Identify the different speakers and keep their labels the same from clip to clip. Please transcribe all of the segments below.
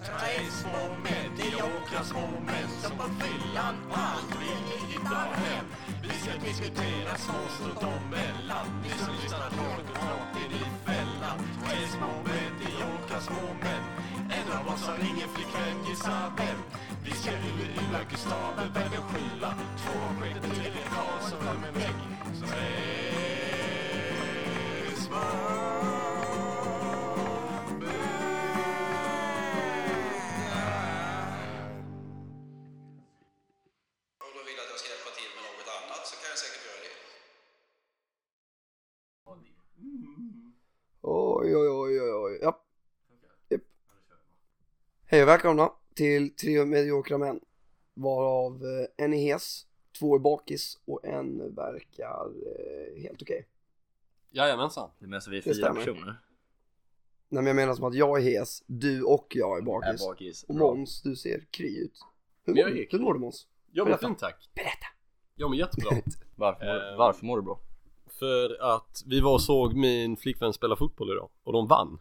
Speaker 1: Detta är små mediokra små män som på fyllan aldrig hittar hem. Vi ska diskutera småstund om mellan. Ni som lyssnar hårt och klart in i fällan. Tre små mediokra små män. En av oss har ingen flickvän, gissa vem? Vi ska ur illa Gustaven, vem är skylla? Två skiter till en Karlsson, vem är vägg? Tre små
Speaker 2: Om de vill att jag ska hjälpa till med något annat så kan jag säkert göra det.
Speaker 3: Oj, oj, oj, oj, oj. Ja. Japp. Hej och välkomna till tre mediokra män. Varav eh, en är hes, två är bakis och en verkar eh, helt okej.
Speaker 4: Jajamensan.
Speaker 5: Det menar så vi är
Speaker 3: Det
Speaker 5: fyra
Speaker 3: stämmer.
Speaker 5: personer.
Speaker 3: Nej men jag menar som att jag är hes, du och jag är
Speaker 5: Är
Speaker 3: bakis.
Speaker 5: bakis.
Speaker 3: Och Måns, du ser kry ut. Hur
Speaker 4: Men jag
Speaker 3: mår
Speaker 4: är
Speaker 3: du?
Speaker 4: kry.
Speaker 3: Hur mår du Måns?
Speaker 4: Jag mår
Speaker 3: Berätta.
Speaker 4: fint tack.
Speaker 3: Berätta!
Speaker 4: Jag mår jättebra.
Speaker 5: Varför, mår-
Speaker 4: Ehm.
Speaker 5: varför mår du bra?
Speaker 4: För att vi var och såg min flickvän spela fotboll idag och de vann.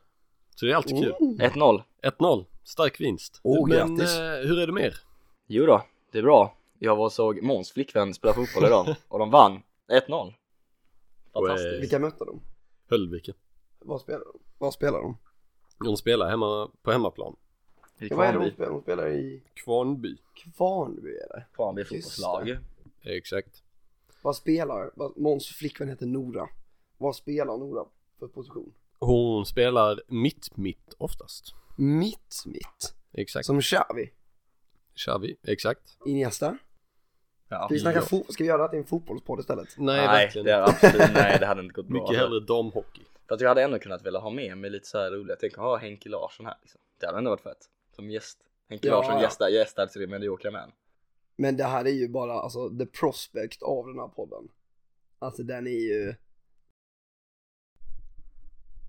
Speaker 4: Så det är
Speaker 5: Oh.
Speaker 4: alltid
Speaker 3: Mm.
Speaker 4: kul.
Speaker 5: 1-0.
Speaker 4: 1-0. Stark vinst.
Speaker 3: Åh,
Speaker 4: Men
Speaker 3: grattis.
Speaker 4: eh, hur är det med er?
Speaker 5: Jo då, det är bra. Jag var och såg Måns flickvän spela fotboll idag och de vann 1-0.
Speaker 4: Wey.
Speaker 5: Fantastiskt.
Speaker 3: Vilka mötte de?
Speaker 4: Höllviken.
Speaker 3: Vad spelar de? Vad spelar de?
Speaker 4: De spelar hemma på hemmaplan.
Speaker 5: I
Speaker 3: Ja, vad är det de
Speaker 5: Kvarnby,
Speaker 3: spelar? De spelar i
Speaker 4: Kvarnby.
Speaker 3: Kvarnby är det.
Speaker 5: Kvarnby
Speaker 3: Just det.
Speaker 5: fotbollslag.
Speaker 4: Exakt.
Speaker 3: Vad spelar, vad, Måns flickvän heter Nora. Vad spelar Nora för position?
Speaker 4: Hon spelar mitt-mitt oftast.
Speaker 3: Mitt, mitt.
Speaker 4: Exakt.
Speaker 3: Som Xavi.
Speaker 4: Kör vi. Exakt.
Speaker 3: Iniesta.
Speaker 5: Ja.
Speaker 3: Ska vi, snacka
Speaker 4: Ja.
Speaker 3: fo- ska vi göra det till en fotbollspodd istället?
Speaker 4: Nej,
Speaker 5: Nej,
Speaker 4: verkligen
Speaker 5: det
Speaker 4: inte.
Speaker 5: hade absolut, nej, det hade inte gått bra.
Speaker 4: Mycket hellre damhockey.
Speaker 5: För att jag hade ändå kunnat vilja ha med mig lite så här roliga. Tänk att ha Henke Larsson här liksom. Det hade ändå varit fett. Som gäst. Henke
Speaker 3: Ja,
Speaker 5: Larsson
Speaker 3: ja.
Speaker 5: gästar, gästar till det mediokra män.
Speaker 3: Men det här är ju bara alltså the prospect av den här podden. Alltså den är ju...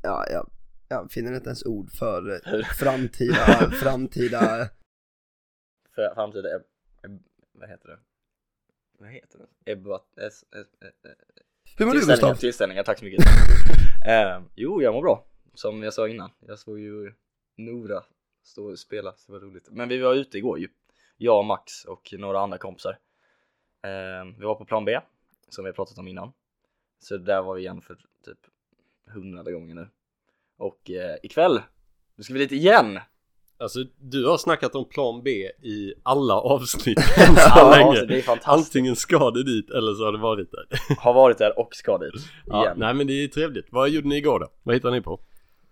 Speaker 3: Ja, jag, jag finner inte ens ord för eh, framtida, framtida...
Speaker 5: För framtida Eb... Eb vad heter det? Vad heter det? Ebbat... S, S, S,
Speaker 3: Hur mår du
Speaker 5: Tillställningar,
Speaker 3: Gustav?
Speaker 5: tillställningar, tack så mycket. eh, jo, jag mår bra. Som jag sa innan, jag såg ju Nora stå och spela, så det var roligt. Men vi var ute igår ju, jag och Max och några andra kompisar. Eh, vi var på plan B, som vi har pratat om innan. Så där var vi igen för typ hundrade gången nu. Och eh, ikväll, nu ska vi dit igen!
Speaker 4: Alltså, du har snackat om plan B i alla avsnitt än så
Speaker 5: Ja, alltså,
Speaker 4: länge.
Speaker 5: det är fantastiskt.
Speaker 4: Antingen ska det dit eller så har det varit där.
Speaker 5: Har varit där och ska dit.
Speaker 4: Ja,
Speaker 5: igen.
Speaker 4: nej men det är trevligt. Vad gjorde ni igår då? Vad hittade ni på?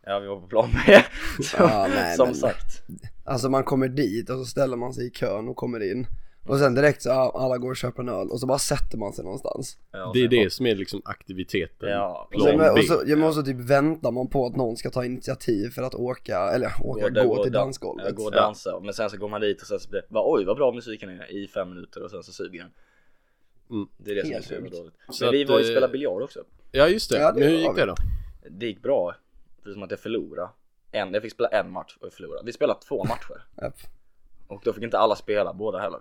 Speaker 5: Ja, vi var på plan B. Som,
Speaker 3: Ja, nej,
Speaker 5: som
Speaker 3: men-
Speaker 5: sagt.
Speaker 3: Alltså man kommer dit och så ställer man sig i kön och kommer in. Och sen direkt så ja, alla går och köper en öl och så bara sätter man sig någonstans.
Speaker 5: Ja,
Speaker 4: det är
Speaker 5: sen
Speaker 4: det
Speaker 5: var-
Speaker 4: som är liksom aktiviteten.
Speaker 5: Ja, och
Speaker 3: Och sen,
Speaker 4: plan
Speaker 3: och
Speaker 4: B.
Speaker 3: så, jag måste typ väntar man på att någon ska ta initiativ för att åka, eller åka,
Speaker 5: där,
Speaker 3: gå, till
Speaker 5: dan-
Speaker 3: dansgolvet.
Speaker 5: ja, Gå och
Speaker 4: Ja.
Speaker 5: dansa, men sen så går man dit och sen så blir det bara, oj vad bra musiken är i fem minuter och sen så suger den
Speaker 4: Mm.
Speaker 5: Det är det som är
Speaker 3: Helt
Speaker 5: så jävla
Speaker 3: sjukt.
Speaker 5: dåligt
Speaker 4: Så
Speaker 5: Men vi
Speaker 4: att,
Speaker 5: var ju och
Speaker 4: eh,
Speaker 5: spelade biljard också
Speaker 4: Ja just det,
Speaker 3: Ja, det
Speaker 4: men hur
Speaker 3: var
Speaker 4: gick
Speaker 3: vi.
Speaker 4: det då?
Speaker 5: Det gick bra, förutom att jag förlorade en, jag fick spela en match och jag förlorade Vi spelade två matcher
Speaker 3: Japp.
Speaker 5: Och då fick inte alla spela båda heller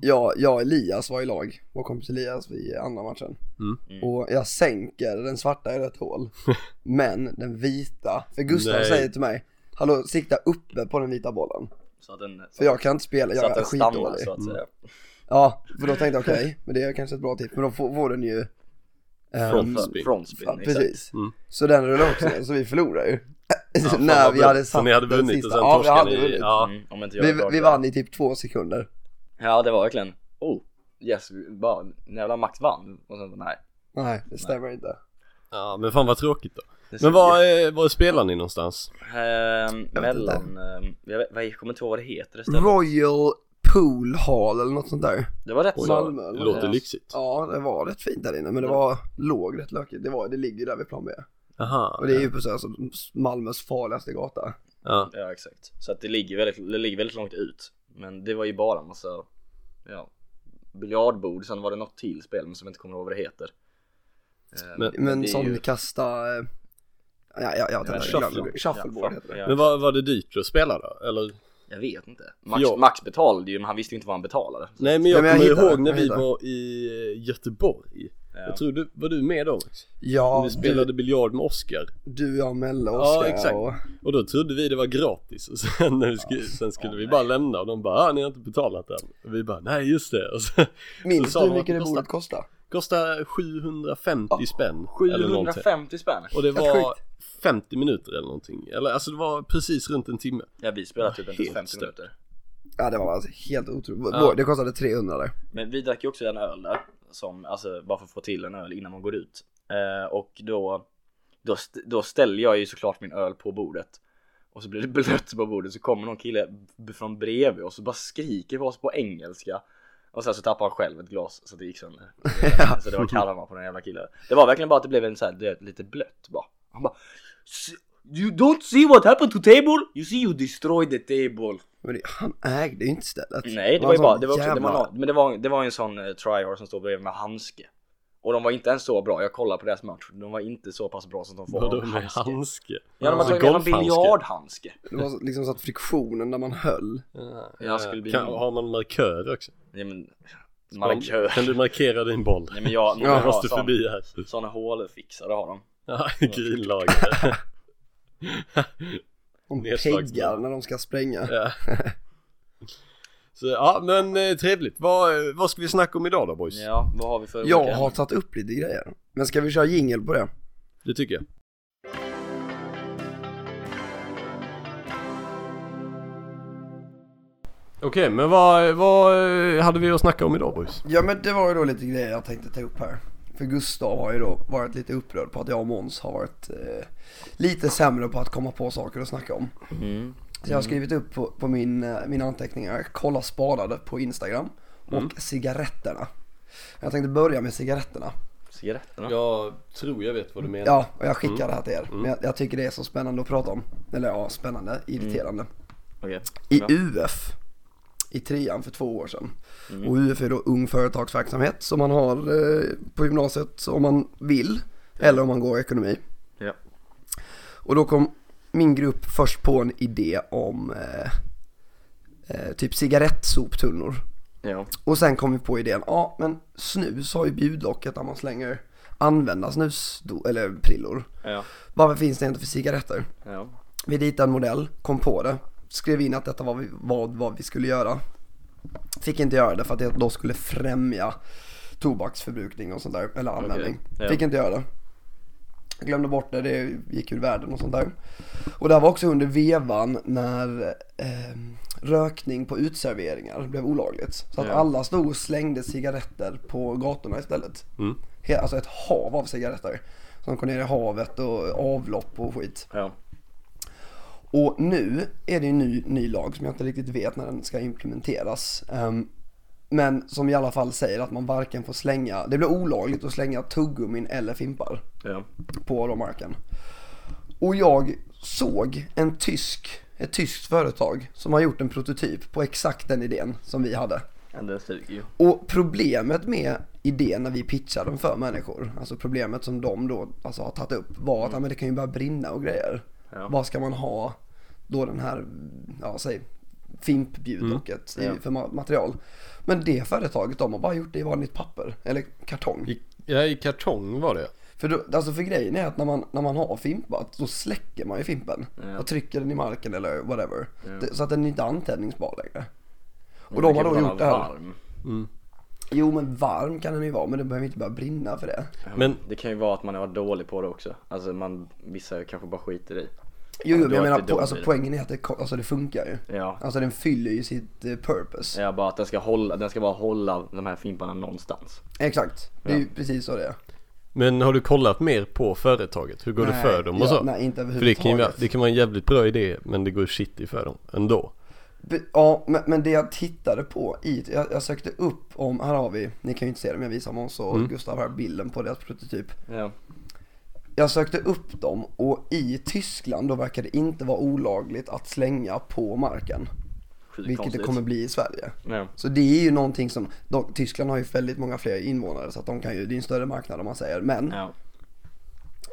Speaker 3: jag, jag och Elias var i lag, vår kompis Elias i andra matchen.
Speaker 4: Mm.
Speaker 5: Mm.
Speaker 3: Och jag sänker den svarta i rätt hål, men den vita, för Gustav
Speaker 4: Nej.
Speaker 3: säger till mig, hallå sikta uppe på den vita bollen.
Speaker 5: Så att den,
Speaker 3: För jag kan inte spela,
Speaker 5: så att
Speaker 3: jag är
Speaker 5: den stannar
Speaker 3: skitdålig. Mm.
Speaker 5: så att säga
Speaker 3: Ja, för då tänkte jag okej, men det är kanske ett bra tips, men då får, får den ju
Speaker 4: Eh,
Speaker 3: ehm,
Speaker 4: Frontspin.
Speaker 5: Frontspin,
Speaker 3: ja,
Speaker 5: exakt.
Speaker 3: precis.
Speaker 4: Mm.
Speaker 3: Så den rullade också ner, så vi förlorar ju.
Speaker 4: fan,
Speaker 3: När
Speaker 4: vad
Speaker 3: vi
Speaker 4: bra.
Speaker 3: hade
Speaker 4: Så
Speaker 3: satt
Speaker 4: ni hade
Speaker 3: den
Speaker 4: vunnit
Speaker 3: sista.
Speaker 4: och sen
Speaker 3: ja, vi hade
Speaker 4: torskade ni.
Speaker 3: vunnit.
Speaker 4: Ja,
Speaker 5: Mm, om inte jag är
Speaker 3: Vi,
Speaker 5: glad
Speaker 3: vi
Speaker 5: för det.
Speaker 3: vann i typ två sekunder.
Speaker 5: Ja det var verkligen, oh yes, vi bara, jävla Max vann och sen bara, nej
Speaker 3: Nej, det stämmer inte.
Speaker 4: ja men fan vad tråkigt då.
Speaker 5: Det
Speaker 4: Men
Speaker 5: suger.
Speaker 4: var, eh, var spelar ni någonstans?
Speaker 5: Ehm,
Speaker 3: Jag vet inte.
Speaker 5: mellan, ehm, jag, vet, vad- jag kommer inte ihåg vad det heter istället.
Speaker 3: Royal Pool Hall eller något sånt där.
Speaker 5: Det var rätt
Speaker 3: Oj,
Speaker 5: så.
Speaker 3: Malmö, eller?
Speaker 4: Låter
Speaker 5: Ja.
Speaker 4: lyxigt.
Speaker 3: Ja, det var rätt fint där inne, men det var låg rätt lökigt. Det, var, det ligger ju där vid plan B.
Speaker 4: Aha.
Speaker 3: Och det är ju på så här, som Malmös farligaste gata.
Speaker 4: Ja.
Speaker 5: Ja exakt. Så att det ligger, väldigt, det ligger väldigt långt ut. Men det var ju bara en massa, ja, biljardbord. Sen var det något till spel men som jag inte kommer ihåg vad det heter. Ehm,
Speaker 4: Men-
Speaker 3: Men
Speaker 5: det är
Speaker 3: sån
Speaker 5: ju-
Speaker 3: kasta... eh, Ja, ja, ja,
Speaker 5: Ja,
Speaker 3: jag
Speaker 4: shuffle.
Speaker 3: shuffleboard, shuffleboard
Speaker 5: ja,
Speaker 3: heter det.
Speaker 5: ja,
Speaker 4: Men var, var det dyrt att spela då? Eller?
Speaker 5: Jag vet inte. Max,
Speaker 4: Ja.
Speaker 5: Max betalade ju men han visste ju inte vad han betalade.
Speaker 4: Nej men jag
Speaker 3: Nej, men jag
Speaker 4: kommer
Speaker 3: hittade,
Speaker 4: ihåg när
Speaker 3: jag
Speaker 4: vi
Speaker 3: hittade.
Speaker 4: var i eh, Göteborg.
Speaker 5: Ja.
Speaker 4: Jag tror du, var du med då Max?
Speaker 3: Ja,
Speaker 4: Ni spelade biljard med Oscar
Speaker 3: du, du ja, Melle och
Speaker 4: Ja,
Speaker 3: Oskar.
Speaker 4: exakt.
Speaker 3: och-
Speaker 4: och då trodde vi det var gratis och sen, när vi skulle, sen skulle vi bara lämna och de bara ah, ni har inte betalat än och vi bara nej just det och så,
Speaker 3: Minns
Speaker 4: så sa
Speaker 3: du
Speaker 4: de
Speaker 3: hur
Speaker 4: att
Speaker 3: mycket det
Speaker 4: kostar-
Speaker 3: bordet kostar?
Speaker 4: kostar 750 spänn eller någonting
Speaker 5: 750 spänn.
Speaker 4: och det
Speaker 3: Helt
Speaker 4: var 50 minuter eller någonting eller alltså det var precis runt en timme
Speaker 5: Ja vi spelade typ inte
Speaker 4: Helt
Speaker 5: 50
Speaker 4: stört.
Speaker 5: minuter.
Speaker 3: Ja det var alltså helt otroligt.
Speaker 4: Ja.
Speaker 3: Vår- Det kostade 300 där.
Speaker 5: Men vi drack ju också en öl där, som, alltså bara för att få till en öl innan man går ut. Eh, och då, då, st- då ställer jag ju såklart min öl på bordet. Och så blir det blött på bordet, så kommer någon kille b- från bredvid och så bara skriker på oss på engelska. Och sen så tappar han själv ett glas så det gick sönder. Så det var karma på den jävla killen. Det var verkligen bara att det blev en så här, du vet, lite blött bara. Han bara "S- You don't see what happened to table? You see you destroyed the table.
Speaker 3: Men det, han ägde ju inte stället.
Speaker 5: Nej det
Speaker 3: en
Speaker 5: var ju
Speaker 3: sån
Speaker 5: bara, det var också, det
Speaker 3: jävla-
Speaker 5: var, någon- men det var, det var en sån eh, tryhard som stod bredvid med handske Och de var inte ens så bra, jag kollade på deras match, de var inte så pass bra som de får
Speaker 4: Vadå
Speaker 5: av
Speaker 4: med
Speaker 5: handske
Speaker 4: handske?
Speaker 5: Ja de
Speaker 4: Alltså,
Speaker 5: hade tagit med en
Speaker 4: golfhandske.
Speaker 5: biljardhandske
Speaker 3: Det var liksom så att friktionen när man höll.
Speaker 5: Jag skulle bli
Speaker 4: Eh, kan,
Speaker 5: någon.
Speaker 4: Har man markör också?
Speaker 5: Ja men, markör
Speaker 4: Kan du markera din boll?
Speaker 5: Nej men jag,
Speaker 4: Jag
Speaker 5: jag
Speaker 4: måste
Speaker 5: sån,
Speaker 4: förbi här
Speaker 5: såna hålfixare har de
Speaker 4: Ja, Grinlagare
Speaker 3: Om
Speaker 4: Nedslagsboll.
Speaker 3: peggar när de ska spränga.
Speaker 4: ja. Så ja men eh, trevligt, vad, eh, vad ska vi snacka om idag då boys?
Speaker 5: Ja, vad har vi för
Speaker 3: Jag
Speaker 5: olika-
Speaker 3: har tagit upp lite grejer. Men ska vi köra jingel på det?
Speaker 4: Det tycker jag Okej men vad, vad eh, hade vi att snacka om idag boys?
Speaker 3: Ja men det var ju då lite grejer jag tänkte ta upp här. För Gustav har ju då varit lite upprörd på att jag och Måns har varit eh, lite sämre på att komma på saker att snacka om.
Speaker 5: Mm.
Speaker 3: Så jag har skrivit upp på, på min, eh, mina anteckningar, kolla spadade på Instagram och
Speaker 5: Mm.
Speaker 3: cigaretterna. Jag tänkte börja med cigaretterna.
Speaker 5: Cigaretterna?
Speaker 4: Jag tror jag vet vad du menar
Speaker 3: Ja, och jag
Speaker 5: Mm.
Speaker 3: skickar det här till er. Men jag, jag tycker det är så spännande att prata om. Eller ja, spännande, irriterande.
Speaker 5: Okej
Speaker 3: I
Speaker 5: Mm. Ja.
Speaker 3: UF, i trean för två år sedan.
Speaker 5: Mm.
Speaker 3: Och UF är då ung företagsverksamhet som man har eh, på gymnasiet om man vill. Eller om man går ekonomi.
Speaker 5: Ja.
Speaker 3: Och då kom min grupp först på en idé om eh, eh, typ cigarettsoptunnor.
Speaker 5: Ja.
Speaker 3: Och sen kom vi på idén, ja men snus har ju bjudlocket där man slänger använda snus eller prillor.
Speaker 5: Ja.
Speaker 3: Varför finns det inte för cigaretter?
Speaker 5: Ja.
Speaker 3: Vi ritade en modell, kom på det, skrev in att detta var vi, vad, vad vi skulle göra. Fick inte göra det för att det då skulle främja tobaksförbrukning och sånt där, eller användning.
Speaker 5: ja.
Speaker 3: Fick inte göra det. Jag glömde bort det, det gick ur världen och sånt där. Och det här var också under vevan när eh, rökning på utserveringar blev olagligt. Så att
Speaker 5: Ja.
Speaker 3: alla stod och slängde cigaretter på gatorna istället.
Speaker 4: Mm.
Speaker 3: He- alltså ett hav av cigaretter. Som går ner i havet och avlopp och skit.
Speaker 5: Ja.
Speaker 3: Och nu är det ju en ny, ny lag som jag inte riktigt vet när den ska implementeras. Ehm, men som i alla fall säger att man varken får slänga, det blir olagligt att slänga tuggummin eller fimpar
Speaker 5: Ja.
Speaker 3: på då marken. Och jag såg en tysk, ett tyskt företag som har gjort en prototyp på exakt den idén som vi hade.
Speaker 5: Ja, den suger ju
Speaker 3: Och problemet med idén när vi pitchade den för människor, alltså problemet som de då alltså, har tagit upp var att ja, men det kan ju börja brinna och grejer.
Speaker 5: Mm. Ja.
Speaker 3: Vad ska man ha då den här, ja säg fimpbjudlocket i
Speaker 5: Mm. Ja.
Speaker 3: för ma- material. Men det företaget de har bara gjort det i vanligt papper eller kartong.
Speaker 5: Mm.
Speaker 4: I, ja, i kartong var det
Speaker 3: För, då, alltså för grejen är att när man, när man har fimpat så släcker man ju fimpen
Speaker 5: Ja.
Speaker 3: och trycker den i marken eller whatever.
Speaker 5: Ja.
Speaker 3: Det, så att den är inte antändningsbar längre. Och de har då gjort det här.
Speaker 5: varm.
Speaker 3: Jo men varm kan den ju vara men den behöver inte börja brinna för det.
Speaker 4: Men
Speaker 5: Det kan ju vara att man har varit dålig på det också. Alltså man, vissa kanske bara skiter i.
Speaker 3: Jo, jo
Speaker 5: Du
Speaker 3: men jag
Speaker 5: har
Speaker 3: menar
Speaker 5: inte
Speaker 3: po-
Speaker 5: dom
Speaker 3: alltså,
Speaker 5: i det.
Speaker 3: poängen är att det, ko- alltså, det funkar ju.
Speaker 5: Ja.
Speaker 3: Alltså den fyller ju sitt eh, purpose.
Speaker 5: ja, bara att den ska, hålla, den ska bara hålla de här fimparna någonstans.
Speaker 3: Exakt, det är ju precis så det är.
Speaker 4: Men har du kollat mer på företaget? Hur går det
Speaker 3: Nej,
Speaker 4: för dem och
Speaker 3: ja,
Speaker 4: så?
Speaker 3: nej, inte
Speaker 4: för det kan, ju, vara-
Speaker 3: överhuvudtaget.
Speaker 4: det kan vara en jävligt bra idé men det går ju shit i för dem ändå.
Speaker 3: Be- Ja, men, men det jag tittade på i, jag, jag sökte upp om, här har vi, ni kan ju inte se det men jag visar Måns
Speaker 5: Mm.
Speaker 3: och Gustav här bilden på deras prototyp.
Speaker 5: Ja.
Speaker 3: Jag sökte upp dem och i Tyskland då verkar det inte vara olagligt att slänga på marken.
Speaker 5: Sjukt
Speaker 3: Vilket
Speaker 5: konstigt.
Speaker 3: det kommer bli i Sverige.
Speaker 5: Ja.
Speaker 3: Så det är ju någonting som, de, Tyskland har ju väldigt många fler invånare så att de kan ju, det är en större marknad om man säger. Men
Speaker 5: Ja.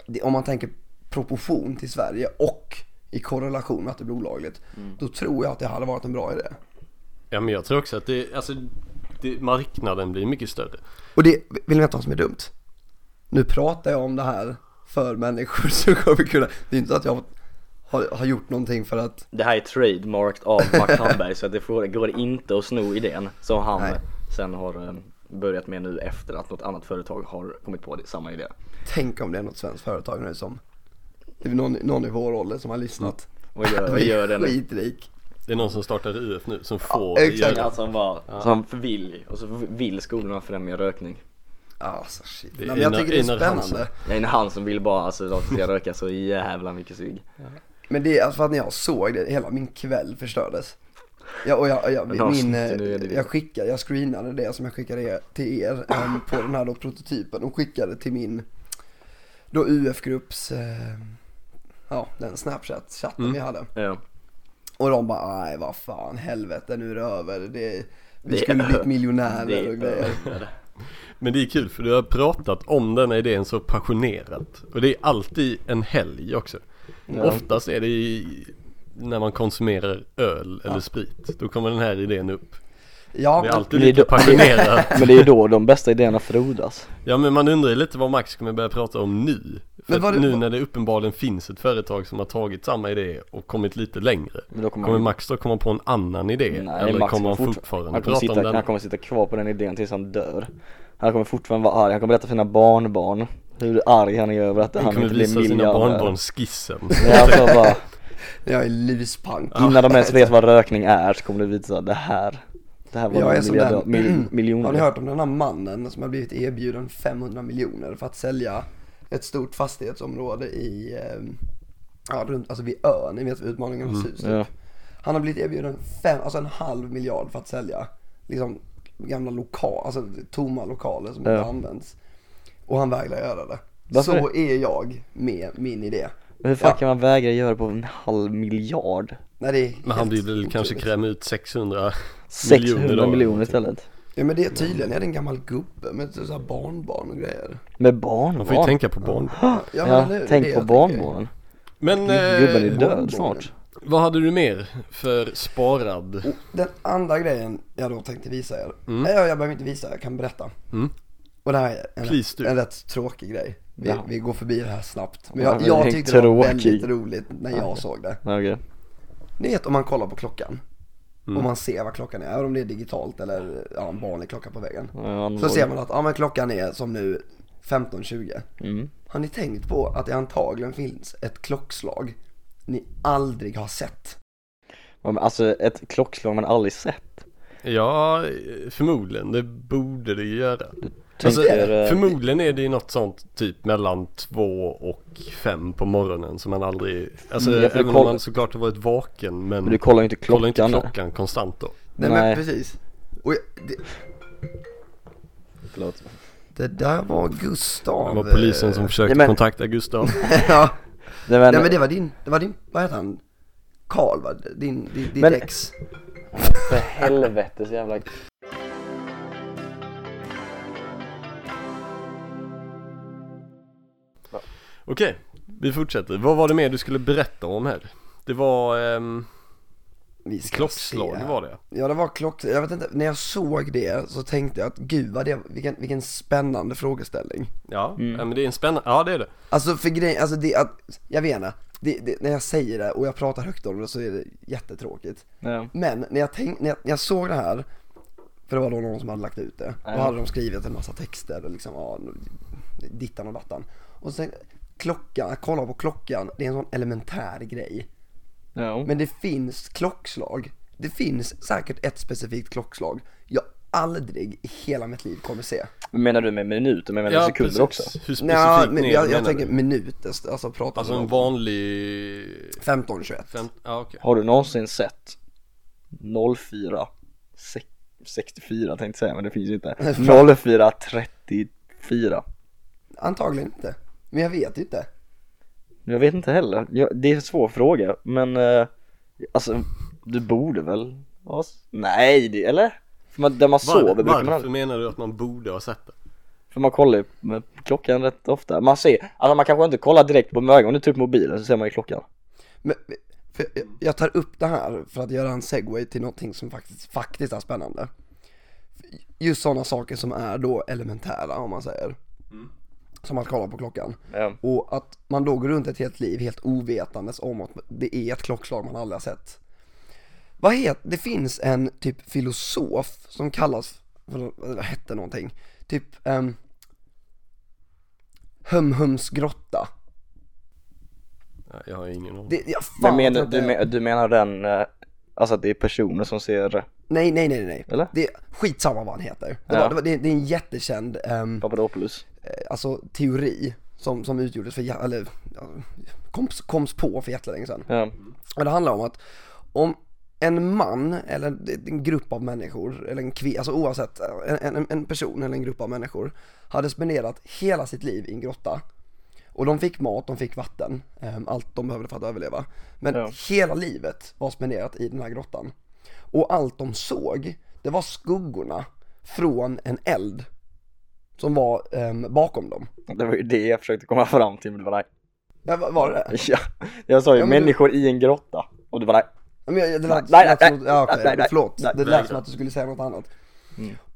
Speaker 3: det, om man tänker proportion till Sverige och i korrelation med att det blir olagligt.
Speaker 5: Mm.
Speaker 3: Då tror jag att det hade varit en bra idé.
Speaker 4: Ja men jag tror också att det, alltså det, marknaden blir mycket större.
Speaker 3: Och det, vill ni veta vad som är dumt? nu pratar jag om det här för människor som kommer kunna, det är inte att jag har, har gjort någonting för att,
Speaker 5: Det här är trademarked av Mark Hamberg så att det får, går inte att sno idén som han
Speaker 3: Nej.
Speaker 5: sen har eh, börjat med nu efter att något annat företag har kommit på det, samma idé.
Speaker 3: tänk om det är något svenskt företag nu som, det är någon, någon i vår ålder som har lyssnat.
Speaker 5: Vad gör, vad gör den?
Speaker 3: Skitrik.
Speaker 4: Det är någon som startar IF nu som får
Speaker 3: exakt.
Speaker 4: göra
Speaker 5: Alltså han bara, så han vill, och så vill skolorna främja rökning.
Speaker 3: Alltså shit.
Speaker 4: Det är
Speaker 3: Nej, men jag
Speaker 4: Einar-
Speaker 3: tycker det är
Speaker 4: Einar Hansen.
Speaker 3: spännande.
Speaker 5: Nej, det är han som vill bara alltså att jag röka så jävla mycket cigg.
Speaker 3: Men det är alltså för att när jag såg det, hela min kväll förstördes. Jag, och jag, jag,
Speaker 5: Men har
Speaker 3: min,
Speaker 5: snyggt, nu är det
Speaker 3: eh,
Speaker 5: det.
Speaker 3: jag skickade, jag screenade det som jag skickade er, till er em, på den här då prototypen och skickade till min då UF-grupps, eh, ja den Snapchat-chatten
Speaker 5: Mm.
Speaker 3: vi hade.
Speaker 5: Ja.
Speaker 3: Och de bara, nej vad fan helvete nu är det över, det, vi
Speaker 5: Det är
Speaker 3: skulle blivit
Speaker 5: över.
Speaker 3: miljonärer
Speaker 5: Det-
Speaker 3: och grejer.
Speaker 4: Men det är kul för du har pratat om denna idén så passionerat Och det är alltid en helg också Oftast är det i, när man konsumerar öl eller sprit Då kommer den här idén upp
Speaker 3: Ja,
Speaker 4: Det
Speaker 3: men-
Speaker 4: är alltid
Speaker 5: det är
Speaker 4: lika
Speaker 5: då-
Speaker 4: passionerat
Speaker 5: Men det är ju då de bästa idéerna frodas.
Speaker 4: Ja men man undrar ju lite vad Max kommer börja prata om nu
Speaker 3: Men
Speaker 4: För
Speaker 3: var det-
Speaker 4: att nu när det uppenbarligen finns ett företag som har tagit samma idé och kommit lite längre
Speaker 5: Men då kommer
Speaker 4: Kommer
Speaker 5: han-
Speaker 4: Max då komma på en annan idé? eller kommer han
Speaker 5: fort-
Speaker 4: fortfarande
Speaker 5: han kommer,
Speaker 4: prata
Speaker 5: sitta,
Speaker 4: om den?
Speaker 5: han kommer sitta kvar på den idén tills han dör. Han kommer fortfarande vara arg, han kommer berätta för sina barnbarn hur arg han är över att han,
Speaker 4: Han kommer
Speaker 5: inte blir
Speaker 4: visa sina
Speaker 5: miljardär.
Speaker 4: barnbarn skissen
Speaker 5: Nej, alltså bara,
Speaker 3: jag är livspank.
Speaker 5: innan de ens vet vad rökning är så kommer du visa det här. Det här var
Speaker 3: Jag är som
Speaker 5: miljardär-
Speaker 3: den,
Speaker 5: mil, miljoner.
Speaker 3: har ni hört om den här mannen som har blivit erbjuden 500 miljoner för att sälja ett stort fastighetsområde i, eh, ja runt, alltså vid ön, ni vet utmaningarnas hus typ.
Speaker 5: Ja.
Speaker 3: Han har blivit erbjuden fem, alltså en halv miljard för att sälja liksom gamla lokal, alltså tomma lokaler som
Speaker 5: Ja.
Speaker 3: inte används. Och han vägrar göra det.
Speaker 5: Varför
Speaker 3: Så är jag med min idé.
Speaker 5: Men hur fan
Speaker 3: Ja.
Speaker 5: kan man vägra göra på en halv miljard?
Speaker 3: Nej, det är
Speaker 4: Men han
Speaker 3: helt
Speaker 4: vill väl kanske
Speaker 3: otroligt.
Speaker 4: kräma ut 600 miljoner
Speaker 5: 600
Speaker 4: dollar. typ.
Speaker 5: miljoner istället.
Speaker 3: Ja men det är tydligen, är det en gammal gubbe med så här barnbarn och grejer.
Speaker 5: Med
Speaker 4: Man får ju
Speaker 5: barnbarn?
Speaker 4: tänka på barn
Speaker 3: Ja, men
Speaker 5: Ja,
Speaker 3: eller hur? Det
Speaker 5: tänk
Speaker 3: är
Speaker 5: på
Speaker 3: helt okej.
Speaker 5: barnbarnen.
Speaker 4: Men
Speaker 5: Gubben är
Speaker 4: eh,
Speaker 5: död snart.
Speaker 4: vad hade du mer för
Speaker 5: Oh.
Speaker 4: sparad?
Speaker 3: Den andra grejen jag då tänkte visa er, nej jag, jag behöver inte visa, jag kan berätta.
Speaker 4: Mm.
Speaker 3: Och det här är en,
Speaker 4: Please do.
Speaker 3: en rätt tråkig grej. Vi,
Speaker 5: Ja.
Speaker 3: vi går förbi det här snabbt. Men
Speaker 5: Ja,
Speaker 3: jag,
Speaker 5: men det
Speaker 3: jag
Speaker 5: är
Speaker 3: tyckte det var
Speaker 5: tråkig.
Speaker 3: väldigt roligt när jag såg det.
Speaker 5: Ja, okej.
Speaker 3: Ni vet om man kollar på klockan
Speaker 4: Mm.
Speaker 3: och man ser vad klockan är, även om det är digitalt eller ja, en vanlig klocka på väggen.
Speaker 5: Ja,
Speaker 3: Så
Speaker 5: analog.
Speaker 3: ser man att ja, men klockan är som nu 15.20.
Speaker 5: Mm.
Speaker 3: Har ni tänkt på att det antagligen finns ett klockslag ni aldrig har sett?
Speaker 5: Ja, men Alltså ett klockslag man aldrig sett.
Speaker 4: Ja, eh, förmodligen. Det borde det ju göra. Alltså,
Speaker 5: Tänker, eh,
Speaker 4: förmodligen är det ju något sånt typ mellan två och fem på morgonen som man aldrig, alltså
Speaker 5: Mm, ja, för du
Speaker 4: även om
Speaker 5: koll-
Speaker 4: man såklart har varit vaken men,
Speaker 5: Men du kollar ju inte klockan.
Speaker 4: kollar inte klockan konstant då.
Speaker 3: Nej, men
Speaker 5: Nej.
Speaker 3: precis. Och jag, det,
Speaker 5: Förlåt.
Speaker 3: det där var Gustav. eh,
Speaker 4: Det var polisen som försökte
Speaker 5: nej, men-
Speaker 4: kontakta Gustav.
Speaker 3: ja.
Speaker 5: Nej, men,
Speaker 3: Nej men det var din, det var din, vad heter han? Karl va? Din, din, ditt
Speaker 5: Men-
Speaker 3: ex.
Speaker 5: för helvete så jävla...
Speaker 4: Okej, vi fortsätter. Vad var det mer du skulle berätta om här? Det var ehm,
Speaker 3: Vi ska se
Speaker 4: klockslag
Speaker 3: här.
Speaker 4: var det.
Speaker 3: Ja det var klockslag, jag vet inte, när jag såg det så tänkte jag att gud vad det, vilken, vilken spännande frågeställning.
Speaker 4: Ja,
Speaker 5: Mm.
Speaker 4: ja, men det är en spännande, ja det är det.
Speaker 3: Alltså för grejen, alltså det att, jag vet inte, det, det, när jag säger det och jag pratar högt om det så är det jättetråkigt.
Speaker 5: Ja.
Speaker 3: Men när jag, tänk, när jag, när jag såg det här, för det var då någon som hade lagt ut det, då
Speaker 5: Ja.
Speaker 3: hade de skrivit en massa texter och liksom, ja, dittan och dattan. Och sen, klockan, att kolla på klockan, det är en sån elementär grej.
Speaker 5: Ja.
Speaker 3: Men det finns klockslag, det finns säkert ett specifikt klockslag jag aldrig i hela mitt liv kommer se.
Speaker 5: Men menar du med minuter? Men menar du
Speaker 4: Ja,
Speaker 5: sekunder
Speaker 4: precis.
Speaker 5: också?
Speaker 4: Hur specifikt
Speaker 3: Nja, men
Speaker 4: ner
Speaker 3: jag,
Speaker 4: menar
Speaker 3: jag
Speaker 4: du?
Speaker 3: tänker minuter, alltså prata
Speaker 4: Alltså
Speaker 3: om
Speaker 4: en vanlig...
Speaker 3: 15, 21.
Speaker 4: Fem... Ja, okej.
Speaker 5: Har du någonsin sett 04 sex- 64 tänkte jag säga men det finns ju inte. 04 34.
Speaker 3: Antagligen inte. Men jag vet ju inte.
Speaker 5: Jag vet inte heller. Jag, det är en svår fråga men eh, alltså du borde väl? ha s- Nej, det, eller? För man, där man
Speaker 4: Var,
Speaker 5: sover brukar man
Speaker 4: varför menar du att man borde ha sett det?
Speaker 5: För man kollar ju med klockan rätt ofta. Man ser, alltså man kanske inte kollar direkt på ögonen, om du tar upp mobilen så ser man ju klockan.
Speaker 3: Men, för jag- jag tar upp det här för att göra en segway till någonting som faktiskt, faktiskt är
Speaker 5: Mm.
Speaker 3: spännande. Just sådana saker som är då elementära om man säger. som man kollar på klockan.
Speaker 5: Ja.
Speaker 3: Och att man då går runt ett helt liv helt ovetandes om att det är ett klockslag man aldrig har sett. Vad het, det finns en typ filosof som kallas, vad vad hette någonting, typ um, Humhums grotta.
Speaker 4: Nej, jag har ingen aning.
Speaker 3: Det, ja, fan,
Speaker 5: Men menar,
Speaker 3: jag tror
Speaker 5: du,
Speaker 3: inte-
Speaker 5: men- du menar den, eh, alltså att det är personer som ser eh,
Speaker 3: Nej, nej, nej, nej.
Speaker 5: Eller?
Speaker 3: Det, skitsamma vad han heter. Det,
Speaker 5: Ja.
Speaker 3: var, det, var, det, det är en jättekänd ehm,
Speaker 5: Papadopoulos?
Speaker 3: eh, alltså, teori som, som utgjordes för, jä- eller ja, koms, koms på för jättelänge sedan.
Speaker 5: Ja,
Speaker 3: Och det handlar om att om en man eller en grupp av människor, eller en kvinna, alltså oavsett, en, en, en person eller en grupp av människor hade spenderat hela sitt liv i en grotta och de fick mat, de fick vatten, eh, allt de behövde för att överleva. Men
Speaker 5: Ja.
Speaker 3: hela livet var spenderat i den här grottan. Och allt de såg, det var skuggorna från en eld som var eh, bakom dem.
Speaker 5: det var ju det jag försökte komma fram till men det var nej.
Speaker 3: Ja, va- var det det?
Speaker 5: Ja, jag sa ju
Speaker 3: Ja, men du-
Speaker 5: människor i en grotta och det var nej.
Speaker 3: Ja, Men jag- det lät,
Speaker 5: Nej,
Speaker 3: lät
Speaker 5: nej,
Speaker 3: som, att- ja, okej,
Speaker 5: nej, nej,
Speaker 3: förlåt.
Speaker 5: nej, Mm.
Speaker 3: det
Speaker 4: nej.
Speaker 3: lät som att du skulle säga något annat.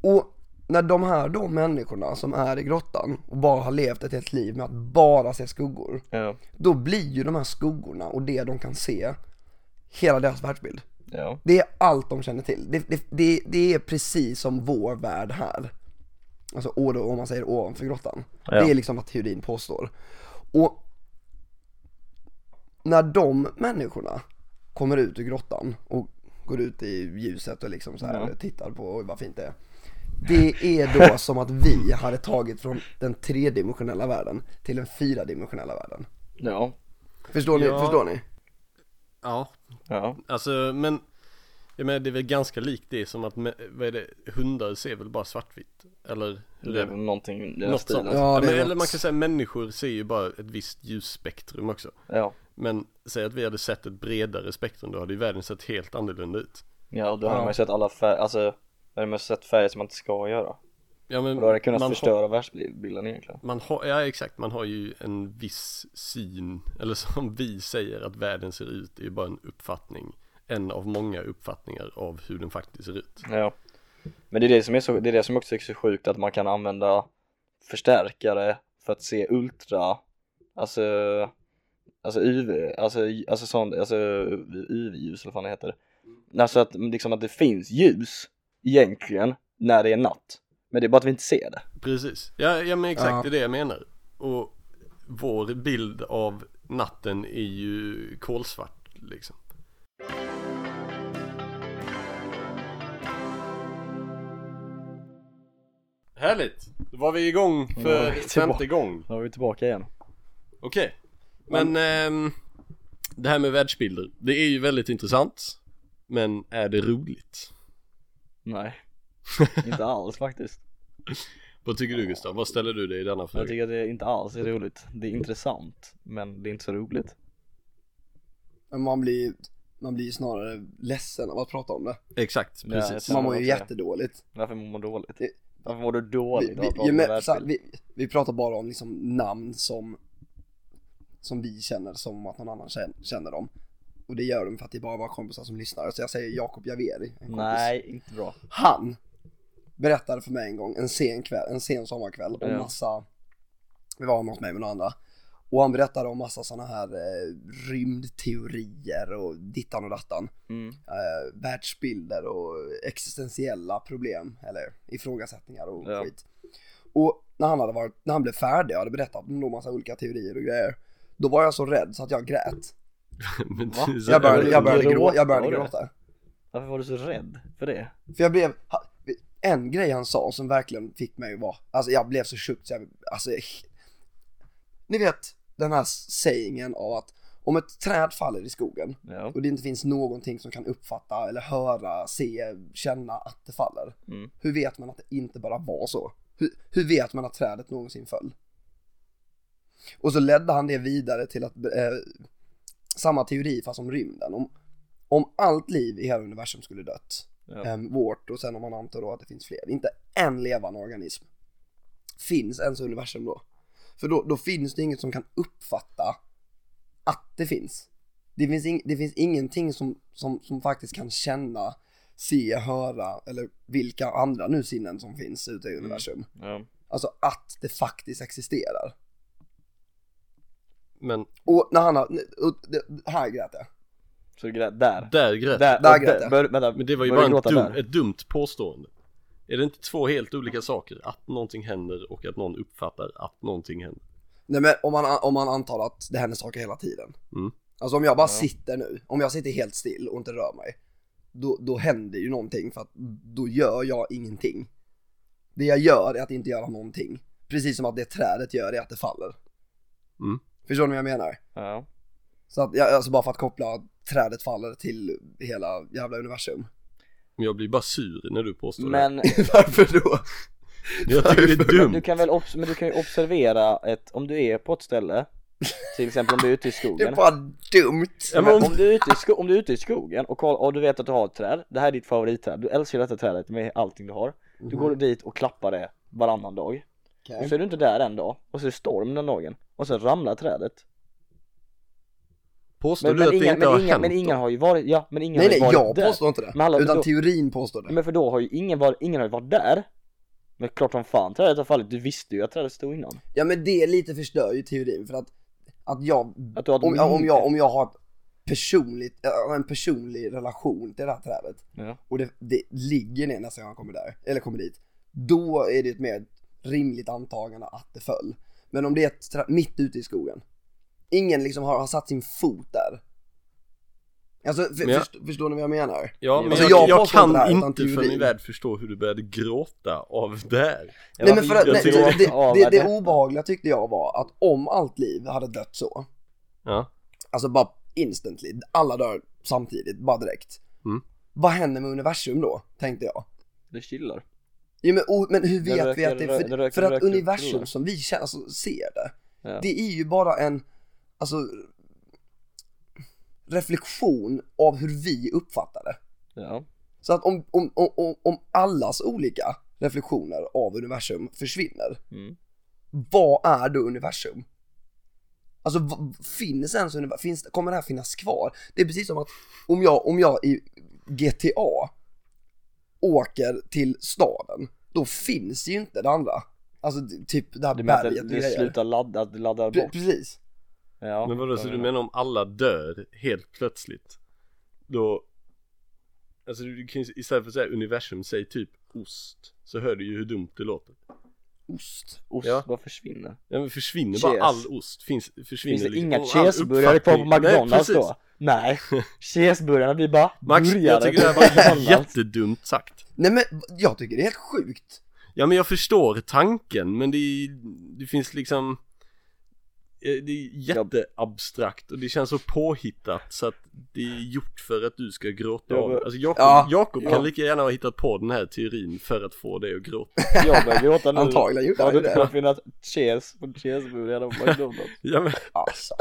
Speaker 3: Och när de här då människorna som är i grottan och bara har levt ett helt liv med att bara se skuggor,
Speaker 5: Ja,
Speaker 3: då blir ju de här skuggorna och det de kan se hela deras världsbild.
Speaker 5: ja,
Speaker 3: Det är allt de känner till. Det, det, det, det är precis som vår värld här. Alltså å- då, om man säger ovanför grottan.
Speaker 5: Ja.
Speaker 3: Det är liksom vad teorin påstår. Och när de människorna kommer ut ur grottan och går ut i ljuset och liksom så här tittar på oj vad fint det är. Det är då som att vi hade tagit från den tredimensionella världen till den fyradimensionella världen.
Speaker 5: ja,
Speaker 3: Förstår ni?
Speaker 4: Ja.
Speaker 3: Förstår ni?
Speaker 4: Ja,
Speaker 5: ja.
Speaker 4: alltså men jag menar, det är väl ganska likt det som att, med- vad är det, hundar ser väl bara svartvitt? Eller hur är
Speaker 5: Det är väl alltså.
Speaker 4: det?
Speaker 5: någonting i den
Speaker 4: Något sånt.
Speaker 5: stilen.
Speaker 3: Ja,
Speaker 4: Ja,
Speaker 3: det är
Speaker 4: men,
Speaker 3: något.
Speaker 4: eller man kan säga människor ser ju bara ett visst ljusspektrum också.
Speaker 5: Ja,
Speaker 4: Men säg att vi hade sett ett bredare spektrum, då hade ju världen sett helt annorlunda ut.
Speaker 5: ja och då hade
Speaker 3: Ja.
Speaker 5: man ju sett alla färger, alltså då hade man sett färger som man inte ska göra.
Speaker 4: Ja, men
Speaker 5: Och då hade det kunnat
Speaker 4: man
Speaker 5: förstöra
Speaker 4: Har,
Speaker 5: världsbilden egentligen.
Speaker 4: man har, ja exakt, man har ju en viss syn, eller som vi säger att världen ser ut, det är ju bara en uppfattning. En av många uppfattningar av hur den faktiskt ser ut.
Speaker 5: Ja. Men det är det som är så, det är det som också är så sjukt att man kan använda förstärkare för att se ultra, alltså, alltså UV, alltså, alltså sånt, alltså UV-ljus eller vad fan det heter. Alltså att, liksom att det finns ljus egentligen när det är natt. Men det är bara att vi inte ser det.
Speaker 4: Precis, ja, ja men exakt
Speaker 3: Ja.
Speaker 4: det är det jag menar. Och vår bild av natten är ju kolsvart liksom. Härligt! Då var vi igång
Speaker 5: Ja, vi
Speaker 4: för
Speaker 5: är
Speaker 4: femte
Speaker 5: tillbaka.
Speaker 4: gång.
Speaker 5: Då är vi tillbaka igen.
Speaker 4: Okej. Men ehm, det här med världsbilder, det är ju väldigt intressant. Men är det roligt?
Speaker 5: Nej. inte alls faktiskt.
Speaker 4: Vad tycker du Gustav? Vad ställer du dig i denna
Speaker 5: Jag
Speaker 4: fråga?
Speaker 5: tycker att det inte alls är roligt. Det är intressant, men det är inte så roligt.
Speaker 3: Men Man blir, man blir ju snarare ledsen av att prata om det.
Speaker 4: Exakt,
Speaker 5: Ja, jag
Speaker 4: precis.
Speaker 5: Ja,
Speaker 3: Man mår
Speaker 5: men
Speaker 3: ju
Speaker 5: också.
Speaker 3: jättedåligt.
Speaker 5: Varför mår man dåligt?
Speaker 3: Det-
Speaker 5: Varför mår du
Speaker 3: vi,
Speaker 5: dåligt av
Speaker 3: vi,
Speaker 5: att prata
Speaker 3: ju
Speaker 5: om
Speaker 3: med, så,
Speaker 5: världsbild?
Speaker 3: här, vi, vi pratar bara om liksom namn som, som vi känner som att någon annan kän- känner dem. Och det gör de för att det är bara våra kompisar som lyssnar. Så jag säger Jakob Javeri, en kompis.
Speaker 5: Nej, inte bra.
Speaker 3: Han berättade för mig en gång, en sen, kväll, en sen sommarkväll, om
Speaker 5: Ja.
Speaker 3: massa, vi var hemma hos mig med några andra. Och han berättade om massa sådana här eh, rymdteorier och dittan och dattan
Speaker 5: Mm.
Speaker 3: eh, världsbilder och existentiella problem eller ifrågasättningar och
Speaker 5: Ja.
Speaker 3: skit. Och när han, hade varit, när han blev färdig och hade berättat om en massa olika teorier och grejer, då var jag så rädd så att jag grät.
Speaker 4: Men
Speaker 5: Va?
Speaker 4: det är så
Speaker 3: Jag började,
Speaker 4: här-
Speaker 3: jag började, grå, jag började
Speaker 5: Gråter?
Speaker 3: gråta.
Speaker 5: Varför var du så rädd för det?
Speaker 3: För jag blev, ha- en grej han sa som verkligen fick mig att vara, alltså jag blev så sjukt så jag, alltså, jag- ni vet den här sägningen av att om ett träd faller i skogen
Speaker 5: Ja.
Speaker 3: och det inte finns någonting som kan uppfatta eller höra, se, känna att det faller.
Speaker 5: Mm.
Speaker 3: Hur vet man att det inte bara var så? Hur, hur vet man att trädet någonsin föll? Och så ledde han det vidare till att eh, samma teori fast om rymden. Om, om allt liv i hela universum skulle dött,
Speaker 5: Ja.
Speaker 3: eh, vårt och sen om man antar då att det finns fler, inte en levande organism finns ens i universum då. För då, då finns det inget som kan uppfatta att det finns. Det finns, ing, det finns ingenting som, som, som faktiskt kan känna, se, höra eller vilka andra nu sinnen som finns ute i universum.
Speaker 5: ja.
Speaker 3: Alltså att det faktiskt existerar.
Speaker 4: Men
Speaker 3: Och när han har, och det- här grät jag.
Speaker 5: Så du grät där?
Speaker 4: där grät
Speaker 5: Där,
Speaker 3: Där
Speaker 5: och
Speaker 3: grät
Speaker 5: där-
Speaker 3: jag.
Speaker 5: bör- vänta,
Speaker 4: Men det var ju
Speaker 5: började
Speaker 4: bara en
Speaker 5: gråta
Speaker 4: dum,
Speaker 5: där.
Speaker 4: ett dumt påstående. Är det inte två helt olika saker? Att någonting händer och att någon uppfattar att någonting händer.
Speaker 3: Nej men om man, om man antar att det händer saker hela tiden.
Speaker 4: Mm.
Speaker 3: Alltså om jag bara
Speaker 5: Ja.
Speaker 3: sitter nu, om jag sitter helt still och inte rör mig. Då, då händer ju någonting för att då gör jag ingenting. Det jag gör är att inte göra någonting. Precis som att det trädet gör är att det faller.
Speaker 4: Mm.
Speaker 3: Förstår ni vad jag menar?
Speaker 5: Ja.
Speaker 3: Så att jag, alltså bara för att koppla att trädet faller till hela jävla universum.
Speaker 4: Men jag blir bara sur när du påstår det.
Speaker 5: Men
Speaker 3: Varför då?
Speaker 4: Men jag tycker det är dumt.
Speaker 5: du kan väl obs- men du kan ju observera ett, om du är på ett ställe, till exempel om du är ute i
Speaker 3: Det är
Speaker 5: skogen.
Speaker 3: bara dumt.
Speaker 4: Ja, men
Speaker 5: Men
Speaker 4: om-
Speaker 5: om, du är ute i sko- om du är ute i skogen och, koll- och du vet att du har ett träd, det här är ditt favoritträd, du älskar detta trädet med allting du har. Du går dit och klappar det varannan dag.
Speaker 3: Mm.
Speaker 5: Och så är du inte där en dag, och så är det storm den dagen, och så ramlar trädet.
Speaker 4: Påstår
Speaker 5: Men,
Speaker 4: du
Speaker 5: men,
Speaker 4: att det
Speaker 5: ingen,
Speaker 4: inte
Speaker 5: men,
Speaker 4: har
Speaker 5: ingen,
Speaker 4: hänt?
Speaker 5: men ingen har ju varit, ja men ingen
Speaker 3: Nej nej,
Speaker 5: har ju varit
Speaker 3: jag
Speaker 5: där.
Speaker 3: påstår inte det.
Speaker 5: Men alla-
Speaker 3: Utan
Speaker 5: då-
Speaker 3: teorin påstår det.
Speaker 5: Men för då har ju ingen varit, ingen har ju varit där. Men klart som fan trädet har fallit, du visste ju att trädet stod innan.
Speaker 3: Ja men det lite förstör ju teorin för att, att jag,
Speaker 5: Att du hade
Speaker 3: om, jag- om, jag,
Speaker 5: mindre.
Speaker 3: om jag har ett personligt, jag har en personlig relation till det här trädet
Speaker 5: Ja.
Speaker 3: och det, det ligger ner nästa gång jag kommer där, eller kommer dit, då är det ett mer rimligt antagande att det föll. Men om det är ett trä, mitt ute i skogen, ingen liksom har, har satt sin fot där. Alltså, för,
Speaker 4: Men jag-
Speaker 3: först, förstår ni vad jag menar?
Speaker 4: Ja, men
Speaker 3: Alltså,
Speaker 4: jag,
Speaker 3: jag
Speaker 4: jag
Speaker 3: påstår inte det
Speaker 4: kan
Speaker 3: här, utan
Speaker 4: inte för
Speaker 3: teorin.
Speaker 4: min värld förstå hur du började gråta av det här.
Speaker 3: Nej men för att,
Speaker 4: jag
Speaker 3: nej, det,
Speaker 4: tycker-
Speaker 3: det,
Speaker 5: Ja,
Speaker 3: det, det,
Speaker 5: men-
Speaker 3: obehagliga tyckte jag var att om allt liv hade dött så,
Speaker 4: Ja.
Speaker 3: Alltså bara instantly, alla dör samtidigt, bara direkt.
Speaker 4: Mm.
Speaker 3: Vad händer med universum då, tänkte jag.
Speaker 5: Det chillar.
Speaker 3: Jo, men, oh, men hur vet
Speaker 5: röker-
Speaker 3: vi att det, för,
Speaker 5: det röker-
Speaker 3: för att
Speaker 5: röker upp
Speaker 3: universum
Speaker 5: solen.
Speaker 3: som vi känner, alltså, ser det,
Speaker 5: Ja.
Speaker 3: det är ju bara en, alltså, reflektion av hur vi uppfattar det.
Speaker 5: Ja.
Speaker 3: Så att om, om, om- om, om allas olika reflektioner av universum försvinner,
Speaker 5: Mm.
Speaker 3: vad är då universum? Alltså v- finns ens universum, finns, kommer det här finnas kvar? Det är precis som att om jag, om jag i GTA åker till staden, då finns ju inte det andra. Alltså t- typ det här
Speaker 5: Du menar
Speaker 3: berget och
Speaker 5: att det
Speaker 3: grejer.
Speaker 5: slutar ladda, att det laddar
Speaker 3: Pre-
Speaker 5: bort?
Speaker 3: precis.
Speaker 5: Ja.
Speaker 4: Men vadå, så du menar om alla dör helt plötsligt? Då, alltså du kan ju, istället för att säga universum, säg typ ost. Så hör du ju hur dumt det låter.
Speaker 3: Ost.
Speaker 5: Ost
Speaker 4: Ja.
Speaker 5: bara försvinner.
Speaker 4: Ja men försvinner
Speaker 5: Cheese.
Speaker 4: bara all ost? Finns, försvinner
Speaker 5: Finns det
Speaker 4: liksom-
Speaker 5: inga
Speaker 4: och all
Speaker 5: cheeseburgare kvar på
Speaker 4: uppfattning- Nej,
Speaker 5: McDonalds
Speaker 4: precis.
Speaker 5: då? Nej, cheeseburgarna blir bara
Speaker 4: Max, jag
Speaker 5: burgare
Speaker 4: tycker det här
Speaker 5: på
Speaker 4: var
Speaker 5: McDonald's.
Speaker 4: jättedumt sagt.
Speaker 3: Nej men jag tycker det är helt sjukt.
Speaker 4: Ja men jag förstår tanken men det, är- det finns liksom eh, det är jätteabstrakt och det känns så påhittat så att det är gjort för att du ska gråta
Speaker 5: Jag
Speaker 4: av
Speaker 5: bör-
Speaker 4: det. Alltså Jakob,
Speaker 3: Ja.
Speaker 4: Jakob
Speaker 3: Ja.
Speaker 4: kan lika gärna ha hittat på den här teorin för att få dig att gråta.
Speaker 5: Jag börjar gråta nu.
Speaker 3: Antagligen gjorde
Speaker 5: Har
Speaker 3: han
Speaker 5: du
Speaker 3: ju
Speaker 5: inte
Speaker 3: det.
Speaker 5: kunnat cheese på cheeseburgarna på McDonalds?
Speaker 4: Ja men,
Speaker 3: Alltså.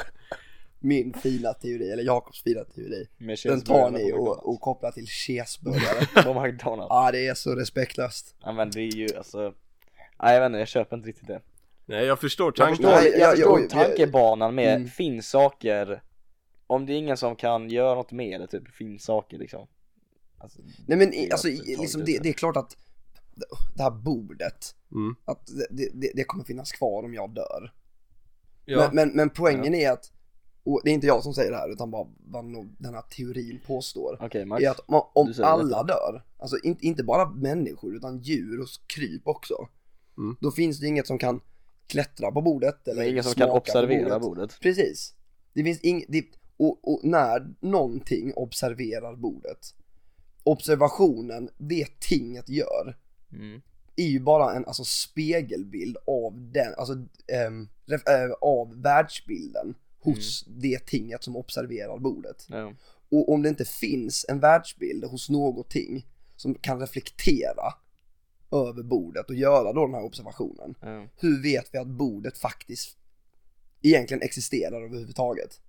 Speaker 3: Min fina teori, eller Jakobs fina teori.
Speaker 5: Med
Speaker 3: Den tar
Speaker 5: cheeseburgarna
Speaker 3: ni
Speaker 5: på
Speaker 3: och, och
Speaker 5: McDonald's.
Speaker 3: kopplar till cheeseburgare.
Speaker 5: På McDonalds.
Speaker 3: Ja ah, det är så respektlöst.
Speaker 5: Ja men det är ju alltså Nej jag vet inte, jag köper inte riktigt det
Speaker 4: nej jag förstår
Speaker 5: Jag
Speaker 4: tanken.
Speaker 5: förstår,
Speaker 3: Nej,
Speaker 5: jag,
Speaker 3: jag-
Speaker 5: förstår
Speaker 3: jag-
Speaker 5: tankebanan med,
Speaker 3: Mm.
Speaker 5: finns saker Om det är ingen som kan göra något med det typ, finns saker liksom alltså,
Speaker 3: Nej men
Speaker 5: det
Speaker 3: i-
Speaker 5: är
Speaker 3: alltså
Speaker 5: att
Speaker 3: i-
Speaker 5: ta
Speaker 3: liksom,
Speaker 5: lite-
Speaker 3: det, det är klart att det här bordet,
Speaker 4: Mm.
Speaker 3: att det- det, det, det kommer finnas kvar om jag dör.
Speaker 4: Ja.
Speaker 3: Men, men, men poängen är att, och det är inte jag som säger det här utan bara vad nog den här teorin påstår,
Speaker 5: Okej Max,
Speaker 3: är att om, om
Speaker 5: du säger
Speaker 3: alla dör, alltså in, inte bara människor utan djur och kryp också,
Speaker 4: Mm.
Speaker 3: då finns det inget som kan klättra på bordet eller
Speaker 5: det är ingen som
Speaker 3: smaka
Speaker 5: kan
Speaker 3: på
Speaker 5: observera bordet,
Speaker 3: Precis. Det finns ing- det, och, och när någonting observerar bordet, observationen, det tinget gör,
Speaker 5: Mm.
Speaker 3: är ju bara en alltså, spegelbild av den, alltså ehm, ref- eh, av världsbilden hos det tinget som observerar bordet.
Speaker 5: Ja.
Speaker 3: Och om det inte finns en världsbild hos någonting som kan reflektera över bordet och göra då den här observationen,
Speaker 5: Ja.
Speaker 3: hur vet vi att bordet faktiskt egentligen existerar överhuvudtaget?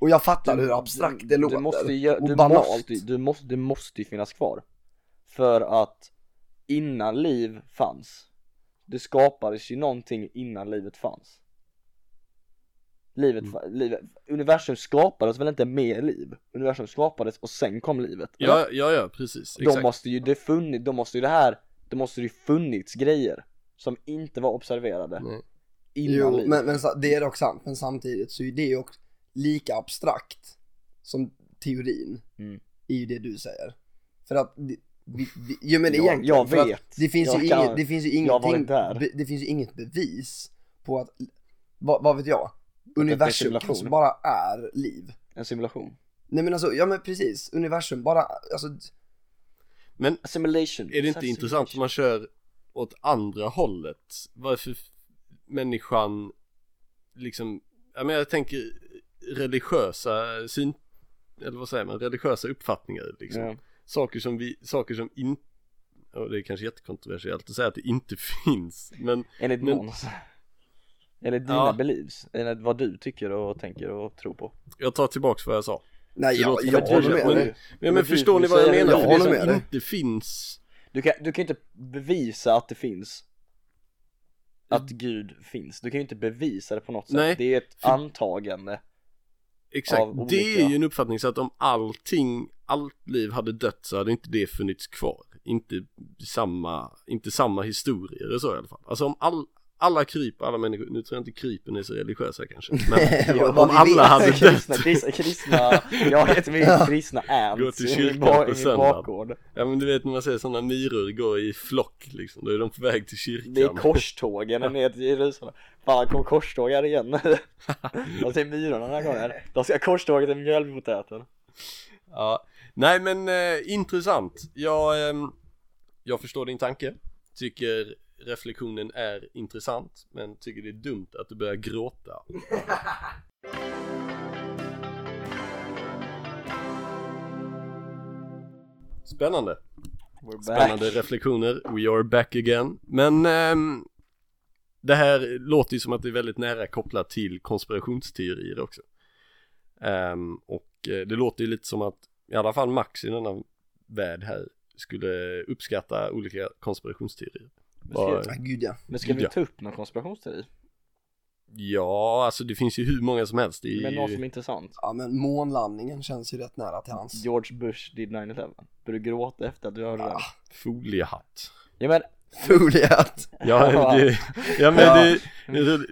Speaker 3: Och jag fattar hur abstrakt det låter
Speaker 5: du måste, ju gö-
Speaker 3: och
Speaker 5: du
Speaker 3: banalt.
Speaker 5: måste, du måste, det måste ju finnas kvar För att innan liv fanns Det skapades ju någonting innan livet fanns Livet,
Speaker 3: Mm.
Speaker 5: fa- livet, universum skapades väl inte med liv? Universum skapades och sen kom livet eller?
Speaker 4: Ja, ja, ja precis.
Speaker 5: De
Speaker 4: Exakt.
Speaker 5: måste ju, det funnits, de måste ju det här, det måste ju funnits grejer som inte var observerade
Speaker 4: Nej.
Speaker 5: innan
Speaker 3: Jo,
Speaker 5: livet.
Speaker 3: men, men sa- det är dock sant, men samtidigt så är det ju också lika abstrakt som teorin
Speaker 5: Mm.
Speaker 3: i ju det du säger. För att, det- vi, vi, jo men
Speaker 5: Jag-
Speaker 3: egentligen,
Speaker 5: jag
Speaker 3: för att
Speaker 5: vet.
Speaker 3: det finns
Speaker 5: Jag
Speaker 3: ju
Speaker 5: kan-
Speaker 3: inget, det finns ju
Speaker 5: jag var
Speaker 3: ingenting,
Speaker 5: inte där.
Speaker 3: be, det finns ju inget bevis på att, vad, vad vet jag,
Speaker 5: det är
Speaker 3: universum
Speaker 5: simulation.
Speaker 3: kanske bara är liv.
Speaker 5: En simulation.
Speaker 3: Nej men alltså, ja men precis, universum bara, alltså,
Speaker 4: Men
Speaker 5: A simulation.
Speaker 4: är det inte
Speaker 5: Simulation.
Speaker 4: intressant om man kör åt andra hållet? Varför f- människan liksom, ja men jag tänker religiösa syn, eller vad säger man, religiösa uppfattningar liksom.
Speaker 5: Ja.
Speaker 4: Saker som vi, saker som inte, och det är kanske jättekontroversiellt att säga att det inte finns, men
Speaker 5: Enligt
Speaker 4: Men-
Speaker 5: någon. Enligt dina
Speaker 4: Ja.
Speaker 5: beliefs. Enligt vad du tycker och tänker och tror på.
Speaker 4: jag tar tillbaks vad jag sa.
Speaker 3: nej
Speaker 4: Det
Speaker 3: jag,
Speaker 4: låter
Speaker 3: jag,
Speaker 4: som ett
Speaker 3: håller
Speaker 4: djur,
Speaker 3: med
Speaker 4: men-
Speaker 3: dig.
Speaker 4: Ja, men,
Speaker 5: Men du-
Speaker 4: förstår
Speaker 5: du
Speaker 4: ni vad jag
Speaker 5: säger-
Speaker 4: menar?
Speaker 3: jag
Speaker 4: För det
Speaker 3: håller med
Speaker 4: som
Speaker 3: dig.
Speaker 4: inte finns,
Speaker 5: Du kan, du kan ju inte bevisa att det finns. Att Gud finns. Du kan ju inte bevisa det på något sätt.
Speaker 4: Nej,
Speaker 5: det är ett
Speaker 4: för-
Speaker 5: antagande.
Speaker 4: exakt,
Speaker 5: Av
Speaker 4: det är
Speaker 5: olika-
Speaker 4: ju en uppfattning så att om allting, allt liv hade dött så hade inte det funnits kvar. Inte samma, inte samma historier och så i alla fall. Alltså om all, alla kryp, alla människor, nu tror jag inte krypen är så religiösa kanske, men
Speaker 3: Vad-
Speaker 4: om
Speaker 3: vad vi
Speaker 4: alla
Speaker 3: vet.
Speaker 4: hade
Speaker 5: kristna,
Speaker 4: dött.
Speaker 5: kristna, kristna, jag heter min kristna ants
Speaker 4: Gå till
Speaker 5: i min
Speaker 4: kyrkan
Speaker 5: ba-
Speaker 4: på
Speaker 5: i min
Speaker 4: söndag.
Speaker 5: bakgård.
Speaker 4: Ja men du vet när man ser sådana myror gå i flock liksom, då är de på väg till kyrkan.
Speaker 5: Det är korstågen ner till Jerusalem. Fan, kom korstågar igen. Jag ser myrorna den här gången. De ska korståga till mjölkpotäten.
Speaker 4: Ja, nej men eh, intressant. Jag, ehm, jag förstår din tanke. Tycker reflektionen är intressant, men tycker det är dumt att du börjar gråta. Spännande.
Speaker 5: We're
Speaker 4: Spännande reflektioner. We are back again. Men ehm, det här låter ju som att det är väldigt nära kopplat till konspirationsteorier också. Ehm, och eh, det låter ju lite som att i alla fall Max i denna värld här skulle uppskatta olika konspirationsteorier.
Speaker 5: Men
Speaker 4: Bara-
Speaker 3: Ah, Gud ja.
Speaker 5: Men ska vi
Speaker 4: Ja.
Speaker 5: ta upp någon konspirationsteori?
Speaker 4: Ja, alltså det finns ju hur många som helst. Det är
Speaker 5: Men något
Speaker 4: ju...
Speaker 5: som är intressant?
Speaker 3: Ja men månlandningen känns ju rätt nära till hans.
Speaker 5: George Bush did 9-11. Började du gråta efter att du hörde den?
Speaker 3: Ah,
Speaker 4: foliehatt.
Speaker 5: Ja men,
Speaker 3: Foliat.
Speaker 4: Ja, det, ja men
Speaker 5: Ja.
Speaker 4: det, det,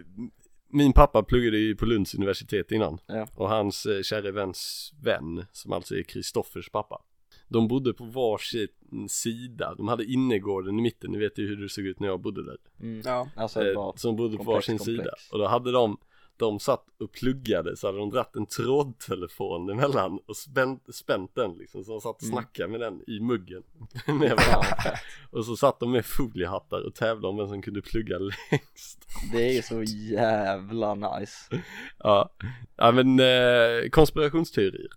Speaker 4: min pappa pluggade ju på Lunds universitet innan
Speaker 5: Ja.
Speaker 4: och hans eh, käre väns vän som alltså är Kristoffers pappa. De bodde på varsin sida, de hade innergården i mitten, ni vet ju hur det såg ut när jag bodde där.
Speaker 5: mm,
Speaker 3: Ja.
Speaker 5: alltså det
Speaker 4: Eh,
Speaker 5: var
Speaker 4: som bodde på
Speaker 5: komplex,
Speaker 4: varsin
Speaker 5: komplex.
Speaker 4: sida och då hade de, de satt och pluggade så hade de dratt en trådtelefon emellan och spänt, spänt den liksom så de satt och
Speaker 5: Mm.
Speaker 4: snackade med den i muggen. med varandra.
Speaker 5: Ja,
Speaker 4: och så satt de med foliehattar och tävlade om vem som kunde plugga längst.
Speaker 5: det är ju så jävla nice.
Speaker 4: Ja, ja men eh, konspirationsteorier.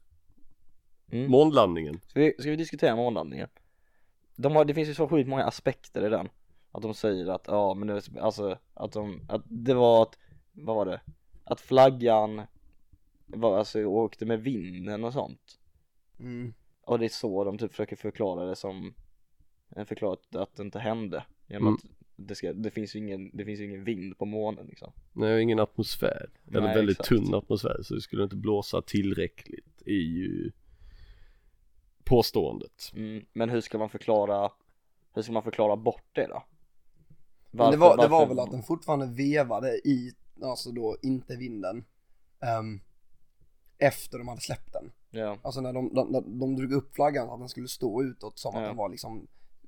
Speaker 5: Mm.
Speaker 4: Månlandningen.
Speaker 5: Ska vi, ska vi diskutera månlandningen? De har, det finns ju så sjukt många aspekter i den. Att de säger att, ja men det, var- alltså att de, att det var att, vad var det? Att flaggan var, alltså åkte med vinden och sånt.
Speaker 3: Mm.
Speaker 5: Och det är så de typ försöker förklara det som, eh, förklara att- att det inte hände. Genom
Speaker 4: Mm.
Speaker 5: att det, ska, det, finns ju ingen, det finns ju ingen vind på månen liksom.
Speaker 4: Nej, och ingen atmosfär. Eller
Speaker 5: Nej,
Speaker 4: väldigt
Speaker 5: exakt.
Speaker 4: tunn atmosfär så det skulle inte blåsa tillräckligt är ju påståendet.
Speaker 5: Mm, men hur ska man förklara, hur ska man förklara bort det då?
Speaker 3: Men det, var, det var
Speaker 5: varför-
Speaker 3: väl att den fortfarande vevade i, alltså då inte vinden, ehm, efter de hade släppt den.
Speaker 5: Ja,
Speaker 3: Alltså när de, de, de, de drog upp flaggan så att den skulle stå utåt som
Speaker 5: Ja.
Speaker 3: att den var liksom,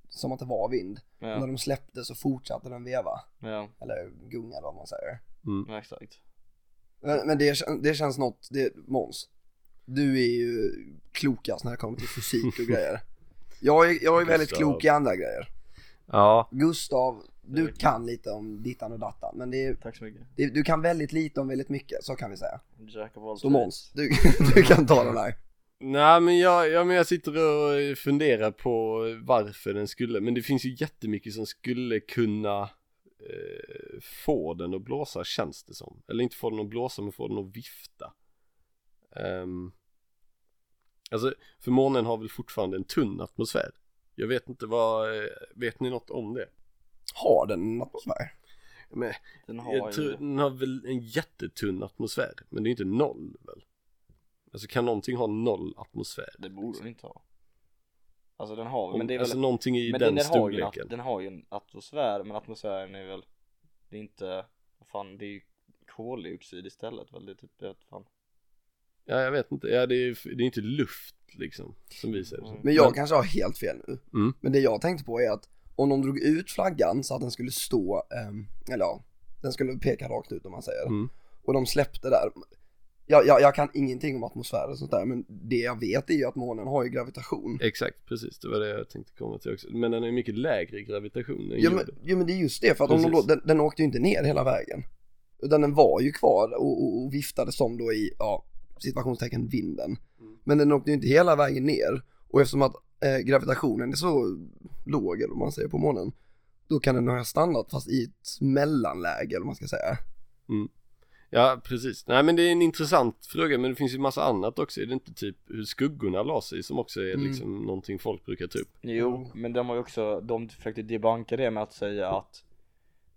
Speaker 3: som att det var vind. När
Speaker 5: ja,
Speaker 3: de släppte så fortsatte den veva,
Speaker 5: ja,
Speaker 3: eller gunga eller vad man säger.
Speaker 4: Mm.
Speaker 5: ja exakt.
Speaker 3: Men, men det, kän- det känns något, det, Måns, du är ju klokast när det kommer till fysik och grejer. Jag är, jag är väldigt
Speaker 4: Gustav.
Speaker 3: klok i andra grejer.
Speaker 4: Ja,
Speaker 3: Gustav, du
Speaker 5: Mm.
Speaker 3: kan lite om dittan och dattan, men det är
Speaker 5: Tack så mycket.
Speaker 3: Det- Du kan väldigt lite om väldigt mycket, så kan vi säga.
Speaker 5: Jack of all
Speaker 3: Så
Speaker 5: trades.
Speaker 3: Måns, du, du kan ta den här.
Speaker 4: nej men jag, ja, men jag sitter och funderar på varför den skulle, men det finns ju jättemycket som skulle kunna eh, få den att blåsa känns det som. Eller inte få den att blåsa men få den att vifta. Ehm, alltså, för månen har väl fortfarande en tunn atmosfär. Jag vet inte vad, eh, vet ni något om det?
Speaker 3: Har den något sådär?
Speaker 4: Men,
Speaker 5: Den har
Speaker 4: jag tror
Speaker 5: ju...
Speaker 4: den har väl en jättetunn atmosfär, men det är inte noll väl? Alltså kan någonting ha noll atmosfär?
Speaker 5: Det borde den inte ha. Alltså den har men det är väl
Speaker 4: Alltså någonting i
Speaker 5: men
Speaker 4: den,
Speaker 5: har ju en, at-
Speaker 4: storleken.
Speaker 5: den har ju en atmosfär men atmosfären är väl Det är inte vad fan det är ju koldioxid istället väl det är typ jag vet fan
Speaker 4: Ja, jag vet inte. Ja, det är, det är inte luft liksom, som vi ser det.
Speaker 5: Mm.
Speaker 4: som.
Speaker 3: Men jag kanske har helt fel nu.
Speaker 4: Mm.
Speaker 3: Men det jag tänkte på är att om de drog ut flaggan så att den skulle stå, ehm, eller ja, den skulle peka rakt ut om man säger.
Speaker 4: Mm.
Speaker 3: Och de släppte där. Jag, jag, jag kan ingenting om atmosfär och sånt där, men det jag vet är ju att månen har ju gravitation.
Speaker 4: Exakt, precis. Det var det jag tänkte komma till också. Men den är mycket lägre i gravitation än
Speaker 3: Jo men,
Speaker 4: jorden.
Speaker 3: jo men det är just det, för att om de då,
Speaker 4: Precis.
Speaker 3: den, den åkte ju inte ner hela vägen. Utan den var ju kvar och, och, och viftade som då i, ja, situationstecken vinden. Men den åkte ju inte hela vägen ner. Och eftersom att eh, gravitationen är så låg, eller vad man säger, på månen. Då kan den ha stannat fast i ett mellanläge, eller vad man ska säga.
Speaker 4: Ja, precis. Nej, men det är en intressant fråga, men det finns ju massa annat också. Är det inte typ hur skuggorna la sig som också är
Speaker 3: Mm.
Speaker 4: liksom någonting folk brukar ta upp?
Speaker 5: Jo
Speaker 4: Mm.
Speaker 5: men de har ju också de försökte debanka det med att säga att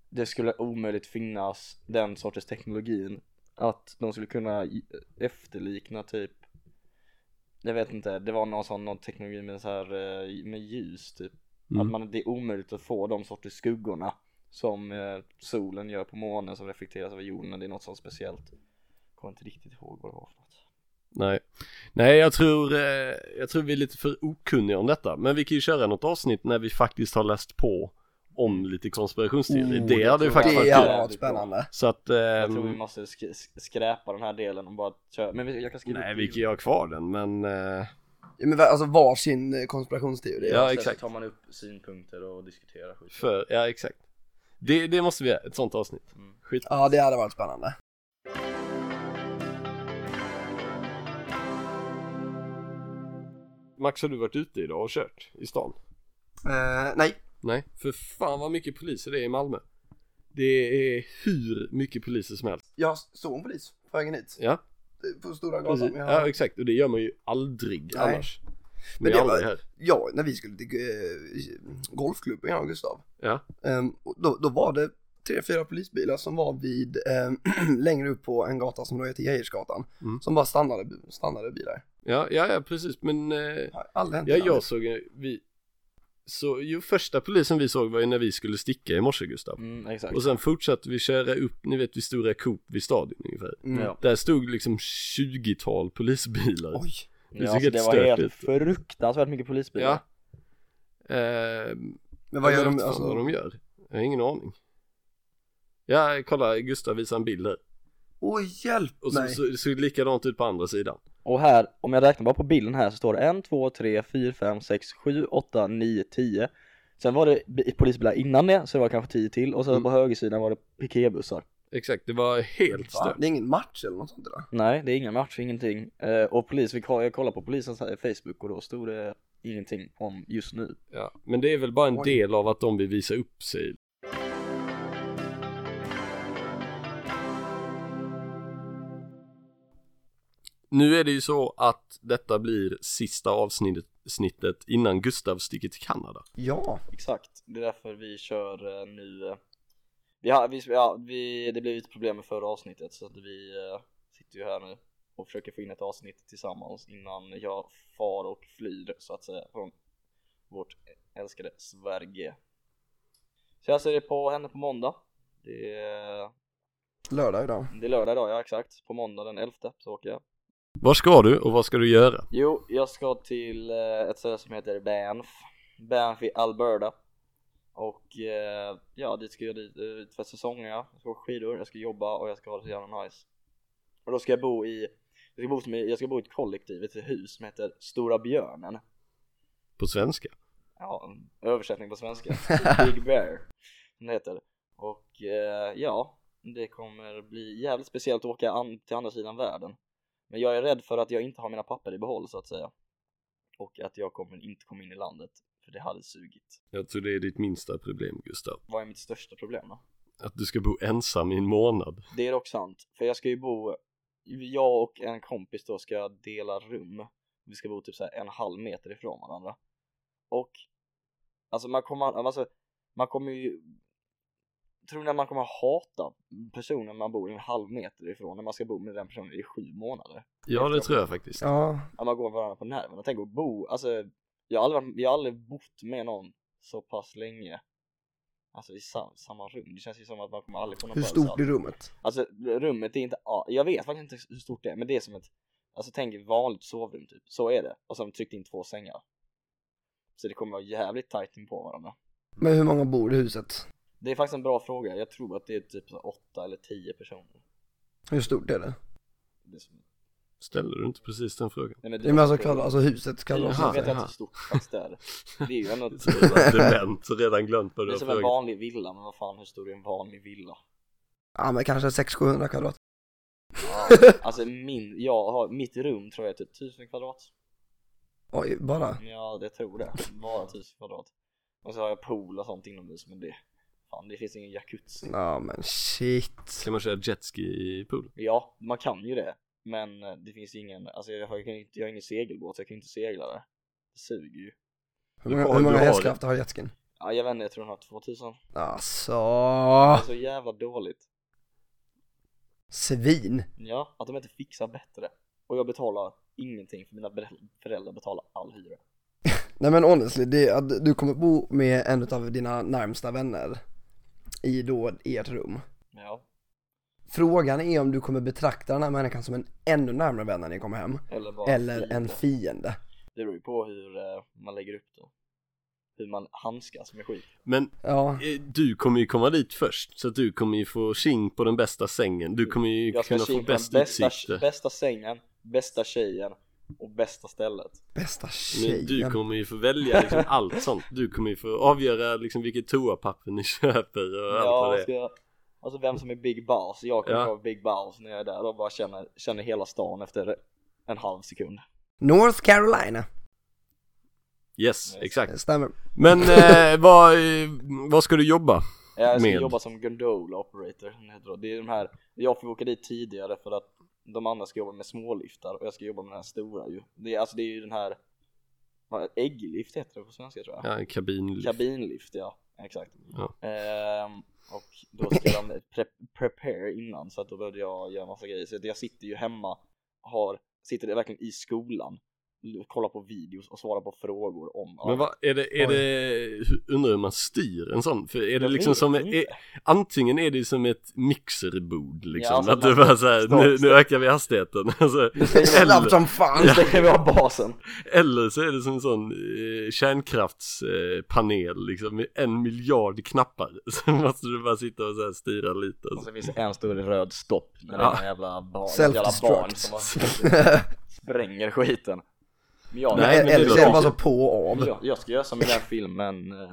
Speaker 5: Det skulle omöjligt finnas den sortens teknologin Att de skulle kunna i- efterlikna typ Jag vet inte, det var någon sån någon teknologi med så här eh, med ljus typ
Speaker 4: Mm.
Speaker 5: Att man, det är omöjligt att få de sorters skuggorna Som eh, solen gör på månen som reflekteras över jorden Det är något sånt speciellt Kommer inte riktigt ihåg vad det var för något
Speaker 4: Nej, nej jag, tror, eh, jag tror vi är lite för okunniga om detta. Men vi kan ju köra något avsnitt när vi faktiskt har läst på om lite konspirationsteorier.
Speaker 3: Oh,
Speaker 4: det hade ju
Speaker 5: tror
Speaker 4: faktiskt
Speaker 5: jag.
Speaker 3: Det
Speaker 4: varit kul.
Speaker 3: hade
Speaker 5: kul.
Speaker 3: varit spännande.
Speaker 4: Så att,
Speaker 5: Jag tror vi
Speaker 4: ehm,
Speaker 5: måste sk- sk- skräpa den här delen och bara köra Men vi- jag kan skriva
Speaker 4: nej
Speaker 5: upp
Speaker 4: vi
Speaker 5: bilden.
Speaker 4: kan ju ha kvar den men eh,
Speaker 3: Ja, men va- alltså varsin eh, konspirationsteori.
Speaker 4: Ja,
Speaker 5: sen
Speaker 4: exakt.
Speaker 5: Så Alltså, tar man upp synpunkter och diskuterar skit.
Speaker 4: för, ja exakt. Det, det måste vi göra, ett sånt avsnitt. Skit.
Speaker 3: Ja, det hade varit spännande.
Speaker 4: Max har du varit ute idag och kört i stan?
Speaker 3: Eh, nej,
Speaker 4: Nej, för fan vad mycket poliser det är i Malmö. Det är hur mycket poliser som helst.
Speaker 3: jag såg en polis på vägen hit.
Speaker 4: Ja,
Speaker 3: Eh, På Stora
Speaker 4: precis.
Speaker 3: gatan. men jag-
Speaker 4: Ja, exakt. Och det gör man ju aldrig
Speaker 3: Nej.
Speaker 4: annars.
Speaker 3: Men
Speaker 4: Vi är
Speaker 3: det var-
Speaker 4: aldrig här.
Speaker 3: ja, när vi skulle till eh, golfklubben, jag och Gustav,
Speaker 4: Ja.
Speaker 3: ehm, och då, då var det tre, fyra polisbilar som var vid, ehm, längre upp på en gata som då heter Geijersgatan,
Speaker 4: Mm.
Speaker 3: som bara stannade, stannade bilar.
Speaker 4: Ja, ja, ja precis. Men eh,
Speaker 3: Det har Aldrig hänt
Speaker 4: ja,
Speaker 3: innan.
Speaker 4: jag såg ju- vi. Så ju första polisen vi såg var ju när vi skulle sticka i morse Gustav.
Speaker 5: Mm, exakt.
Speaker 4: Och sen
Speaker 3: liksom.
Speaker 4: fortsatte vi köra upp, ni vet vid stora Coop vid stadion ungefär.
Speaker 3: Mm.
Speaker 5: Ja.
Speaker 4: Där stod liksom 20-tal polisbilar.
Speaker 3: Oj,
Speaker 4: Det är
Speaker 5: ja, alltså,
Speaker 4: säkert
Speaker 5: det var helt
Speaker 4: stökigt.
Speaker 5: fruktansvärt mycket polisbilar.
Speaker 4: Ja. Eh,
Speaker 3: men vad
Speaker 4: jag
Speaker 3: gör
Speaker 4: vet
Speaker 3: de?
Speaker 4: inte fan vad
Speaker 3: Alltså,
Speaker 4: de gör. Jag har ingen aning. Ja, kolla Gustav visar en bild här.
Speaker 3: oj, hjälp
Speaker 4: Och så,
Speaker 3: mig!
Speaker 4: så, det såg likadant ut på andra sidan.
Speaker 5: Och här, om jag räknar bara på bilden här så står det 1, 2, 3, 4, 5, 6, 7, 8, 9, 10. Sen var det bi- polisbilar innan det, så det var kanske 10 till. Och sen
Speaker 4: Mm.
Speaker 5: på högersidan var det piketbussar.
Speaker 4: Exakt, det var helt
Speaker 3: Va?
Speaker 4: stört.
Speaker 3: Det är ingen match eller något sånt där?
Speaker 5: Nej, det är inga match, ingenting. Eh, och polis, vi, koll- jag kollade på polisens här- Facebook och då stod det ingenting om just nu.
Speaker 4: Ja, men det är väl bara en
Speaker 3: Oj.
Speaker 4: del av att de vill visa upp sig. Nu är det ju så att detta blir sista avsnittet snittet innan Gustav sticker till Kanada.
Speaker 3: Ja,
Speaker 5: Exakt, det är därför vi kör eh, nu eh, vi har, vi, ja, vi, Det blev lite problem med förra avsnittet så att vi eh, sitter ju här nu och försöker få in ett avsnitt tillsammans innan jag far och flyr så att säga från vårt älskade Sverige Så jag ser det på henne på måndag Det är,
Speaker 3: lördag idag.
Speaker 5: det är lördag idag, ja exakt, på måndag den 11 så åker jag
Speaker 4: Var ska du och vad ska du göra?
Speaker 5: Jo, jag ska till eh, ett ställe som heter Banff Banff i Alberta Och eh, ja, dit ska jag dit, eh, ut för säsongen ja. Jag ska åka skidor, jag ska jobba och jag ska ha det så jävla nice Och då ska jag bo i Jag ska bo, som i, jag ska bo i ett kollektiv, ett hus som heter Stora Björnen
Speaker 4: På svenska?
Speaker 5: Ja, översättning på svenska Big Bear som det heter Och eh, ja, det kommer bli jävligt speciellt att åka an- till andra sidan världen Men jag är rädd för att jag inte har mina papper i behåll så att säga Och att jag kommer inte komma in i landet För det hade sugit
Speaker 4: Jag tror det är ditt minsta problem Gustav.
Speaker 5: Vad är mitt största problem då?
Speaker 4: Att du ska bo ensam i en månad.
Speaker 5: Det är dock sant, för jag ska ju bo Jag och en kompis då ska dela rum Vi ska bo typ så här en halv meter ifrån varandra Och Alltså man kommer, alltså, man kommer ju Tror ni att man kommer hata personen man bor en halv meter ifrån när man ska bo med den personen i sju månader?
Speaker 4: Ja, det tror jag faktiskt.
Speaker 3: Ja,
Speaker 5: Att man går varandra på nerverna, tänk att bo, alltså Jag har aldrig, varit- vi har aldrig bott med någon så pass länge. Alltså i sam, samma rum. Det känns ju som att man kommer aldrig få någon
Speaker 3: Hur
Speaker 5: födelsedag.
Speaker 3: stort är rummet?
Speaker 5: Alltså rummet är inte, a- jag vet faktiskt inte hur stort det är, men det är som ett, alltså tänk ett vanligt sovrum typ, så är det. Och så har de tryckt in två sängar. Så det kommer vara jävligt tajt in på varandra.
Speaker 3: Men hur många bor i huset?
Speaker 5: Det är faktiskt en bra fråga, jag tror att det är typ så åtta eller tio personer.
Speaker 3: Hur stort är det?
Speaker 5: Det är som,
Speaker 4: Ställer du inte precis den frågan?
Speaker 5: nej, men
Speaker 3: Det är alltså, kallar, alltså huset kallas.
Speaker 4: Jaha,
Speaker 5: Jag vet inte
Speaker 4: jaha.
Speaker 5: hur stort faktiskt det är. Det är ju ändå,
Speaker 4: Så redan Dement, så redan glömt vad
Speaker 5: det
Speaker 4: du
Speaker 5: är
Speaker 4: har
Speaker 5: som en
Speaker 4: frågat.
Speaker 5: vanlig villa, men vad fan hur stor är en vanlig villa?
Speaker 3: Ja men kanske 600-700 kvadrat.
Speaker 5: Alltså min, jag har, mitt rum tror jag är typ 1000 kvadrat.
Speaker 3: Oj, bara.
Speaker 5: Ja, det tror det. Bara 1000 kvadrat. Och så har jag pool och sånt inomhus, men det... Fan, det finns ingen jacuzzi.
Speaker 3: Ja men shit.
Speaker 4: Kan man köra jetski i poolen?
Speaker 5: Ja, man kan ju det. Men eh, det finns ju ingen... Alltså jag har, jag kan ju inte- jag har ingen segelbåt, så jag kan ju inte segla där. Det suger ju.
Speaker 3: Hur
Speaker 4: Du
Speaker 3: många,
Speaker 4: har-
Speaker 3: hur många
Speaker 4: du har-
Speaker 3: hästkrafter har jetskin?
Speaker 5: Ja, jag vet inte, jag tror den har 2000.
Speaker 3: Alltså,
Speaker 5: Det är så jävla dåligt.
Speaker 3: svin.
Speaker 5: Ja, att de inte fixar bättre. Och jag betalar ingenting, för mina bre- föräldrar betalar all hyra.
Speaker 3: Nej men honestly, det är att du kommer bo med en av dina närmsta vänner i då ert rum.
Speaker 5: Ja,
Speaker 3: Frågan är om du kommer betrakta den här människan som en ännu närmare vän när ni kommer hem.
Speaker 5: eller bara
Speaker 3: Eller en
Speaker 5: fiende.
Speaker 3: fiende.
Speaker 5: Det beror ju på hur eh, man lägger upp det. Hur man handskas med skit.
Speaker 4: Men
Speaker 3: Ja,
Speaker 4: eh, du kommer ju komma dit först, så att du kommer ju få tjing på den bästa sängen. Du kommer ju
Speaker 5: Jag ska
Speaker 4: kunna få
Speaker 5: kika på
Speaker 4: bäst
Speaker 5: den bästa,
Speaker 4: utsikter.
Speaker 5: bästa sängen, bästa tjejen och bästa stället.
Speaker 3: bästa
Speaker 4: Men
Speaker 3: tjejen.
Speaker 4: du kommer ju få välja liksom allt sånt. Du kommer ju få avgöra liksom vilket toapapper ni köper och allt
Speaker 5: Ja,
Speaker 4: vad
Speaker 5: vad
Speaker 4: det
Speaker 5: ska
Speaker 4: är.
Speaker 5: jag, alltså vem som är Big Boss. Jag kommer
Speaker 4: Ja.
Speaker 5: vara Big Boss när jag är där och bara känner, känner hela stan efter en halv sekund.
Speaker 3: North Carolina.
Speaker 4: Yes, exakt.
Speaker 3: Det stämmer.
Speaker 4: Men eh, vad, eh, vad ska du jobba?
Speaker 5: Jag ska
Speaker 4: Med?
Speaker 5: jobba som gondola operator. som det heter då. Det är de här, jag får åka dit tidigare för att de andra ska jobba med småliftar och jag ska jobba med den här stora ju. Det är, alltså det är ju den här, vad, ägglift heter det på svenska tror jag.
Speaker 4: Ja, kabin.
Speaker 5: Kabinlift ja, exakt.
Speaker 4: Ja.
Speaker 5: Ehm, och då ska de pre- prepare innan så att då behövde jag göra massa grejer. Så att jag sitter ju hemma, har, sitter verkligen i skolan, l- kollar på videos och svarar på frågor om
Speaker 4: Men vad, är det, är
Speaker 3: Oj.
Speaker 4: det, hur- undrar hur man styr en sån? För är det
Speaker 5: Jag
Speaker 4: liksom
Speaker 5: vet
Speaker 4: som,
Speaker 5: inte.
Speaker 4: är, antingen är det ju som ett mixerbord liksom,
Speaker 5: Ja, alltså,
Speaker 4: att du
Speaker 5: man-
Speaker 4: bara såhär,
Speaker 5: stopp,
Speaker 4: nu, nu
Speaker 5: stopp.
Speaker 4: ökar vi hastigheten. Alltså,
Speaker 3: Snabbt
Speaker 4: eller,
Speaker 3: som fan.
Speaker 5: Ja. Det kan vara basen.
Speaker 4: eller så är det som en sån eh, kärnkraftspanel eh, panel, liksom, med en miljard knappar. Så måste du bara sitta och så här styra lite.
Speaker 5: Och
Speaker 4: Alltså.
Speaker 5: så finns det en stor röd stopp
Speaker 4: Ja.
Speaker 5: med ja. den jävla barn, jävla
Speaker 3: Self-destruct.
Speaker 5: barn som bara spränger skiten. Men jag,
Speaker 4: Nej, men det
Speaker 3: Eller så är det
Speaker 4: låter-
Speaker 3: bara så på och av.
Speaker 5: Men Jag, jag ska göra som i den filmen eh,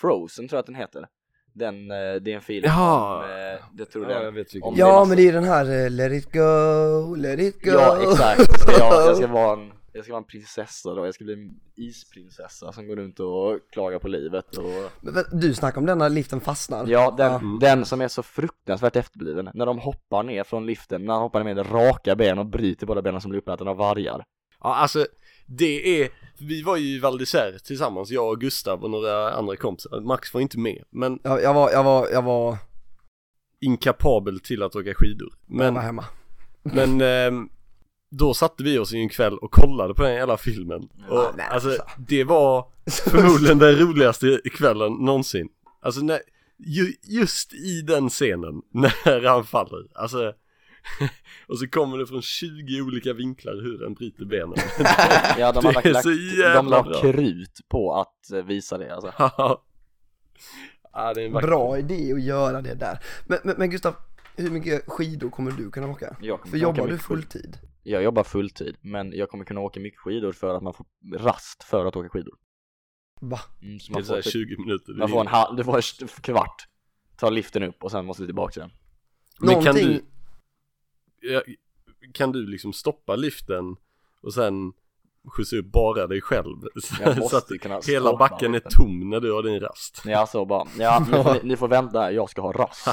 Speaker 5: Frozen tror jag att den heter. Den, eh, det är en film
Speaker 4: Jaha.
Speaker 5: om, eh, jag tror det
Speaker 4: Ja, jag
Speaker 5: är.
Speaker 4: vet vilken.
Speaker 5: om det är
Speaker 3: Ja
Speaker 5: massa-
Speaker 3: men det är den här eh, Let it go, let it go.
Speaker 5: Ja exakt, ska jag, jag, ska vara en, jag ska vara en prinsessa då, jag ska bli en isprinsessa som går runt och klagar på livet och
Speaker 3: Men vä- Du snackar om den när liften fastnar.
Speaker 5: Ja, den,
Speaker 3: Mm.
Speaker 5: den som är så fruktansvärt efterbliven när de hoppar ner från liften, när han hoppar ner med raka ben och bryter båda benen som blir uppätna av vargar
Speaker 4: Ja, alltså det är, vi var ju i Val d'Isère tillsammans, jag och Gustav och några andra kompisar. Max var inte med, men
Speaker 3: Jag, jag var, jag var, jag var,
Speaker 4: inkapabel till att åka skidor.
Speaker 3: jag
Speaker 4: Men
Speaker 3: var hemma.
Speaker 4: Men ehm, då satte vi oss i en kväll och kollade på den jävla filmen. och
Speaker 3: men
Speaker 4: alltså,
Speaker 3: alltså.
Speaker 4: det var förmodligen den roligaste kvällen någonsin. Alltså när, ju, just i den scenen när han faller. Alltså, och så kommer det från 20 olika vinklar hur han bryter benen.
Speaker 5: Ja, de
Speaker 4: Det
Speaker 5: har lagt,
Speaker 4: är
Speaker 5: lagt,
Speaker 4: så jävla
Speaker 5: de la
Speaker 4: bra.
Speaker 5: krut på att eh, visa det alltså
Speaker 4: ja, det är en vacker-
Speaker 3: Bra idé att göra det där. Men, men, men Gustav, hur mycket skidor kommer du kunna åka?
Speaker 5: Jag kommer
Speaker 3: För
Speaker 5: kunna åka
Speaker 3: jobbar du
Speaker 5: mycket
Speaker 3: fulltid?
Speaker 5: Jag jobbar fulltid, men jag kommer kunna åka mycket skidor för att man får rast för att åka skidor
Speaker 3: Va?
Speaker 5: mm, så
Speaker 4: Det är
Speaker 5: man,
Speaker 4: så
Speaker 5: får
Speaker 4: här
Speaker 5: typ,
Speaker 4: 20 minuter.
Speaker 5: man får en halv, du får en st- kvart Ta liften upp och sen måste du tillbaka till den
Speaker 4: Men kan du,
Speaker 3: Någonting-
Speaker 4: ja, kan du liksom stoppa liften och sen skjutsa upp bara dig själv?
Speaker 5: Jag
Speaker 4: Så
Speaker 5: måste
Speaker 4: att
Speaker 5: kunna
Speaker 4: hela
Speaker 5: stoppa
Speaker 4: backen är
Speaker 5: liften.
Speaker 4: tom när du har din rast.
Speaker 5: Ja, så bara, ja, ni, får, ni får vänta, här, jag ska ha rast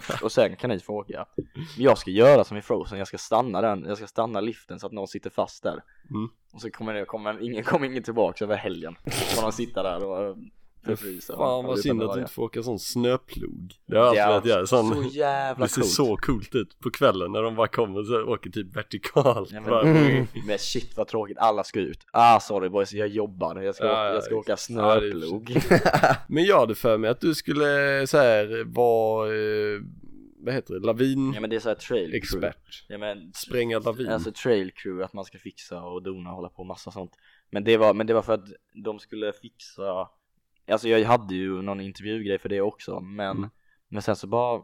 Speaker 5: först och sen kan ni få åka. Men Jag ska göra som i Frozen, jag ska stanna den, jag ska stanna liften så att någon sitter fast där.
Speaker 4: Mm.
Speaker 5: Och eh, så kommer det, kommer, ingen, kommer ingen tillbaka över helgen. Så får de sitta där och För frysen.
Speaker 4: Fan
Speaker 5: Ja,
Speaker 4: vad synd att du
Speaker 5: det
Speaker 4: inte får åka sån snöplog Det har jag
Speaker 5: Ja,
Speaker 4: alltid velat göra,
Speaker 5: Så
Speaker 4: sån
Speaker 5: jävla
Speaker 4: Det ser
Speaker 5: coolt.
Speaker 4: så coolt ut på kvällen när de bara kommer så åker typ vertikalt
Speaker 5: Ja,
Speaker 4: bara.
Speaker 5: men, mm. men shit vad tråkigt, alla ska ut. Ah sorry boys, jag jobbar. Jag ska,
Speaker 4: Ja, ja,
Speaker 5: jag ska
Speaker 4: ja.
Speaker 5: åka
Speaker 4: Ja, det är
Speaker 5: snöplog.
Speaker 4: men jag hade för mig att du skulle så här vara, eh, vad heter det,
Speaker 5: ja
Speaker 4: lavinexpert
Speaker 5: men det är såhär trail crew. Ja, men,
Speaker 4: Spränga lavin
Speaker 5: alltså trail crew, att man ska fixa och dona och hålla på och massa sånt. Men det, var, men det var för att de skulle fixa, alltså jag hade ju någon intervjugrej för det också men,
Speaker 4: Mm.
Speaker 5: men sen så bara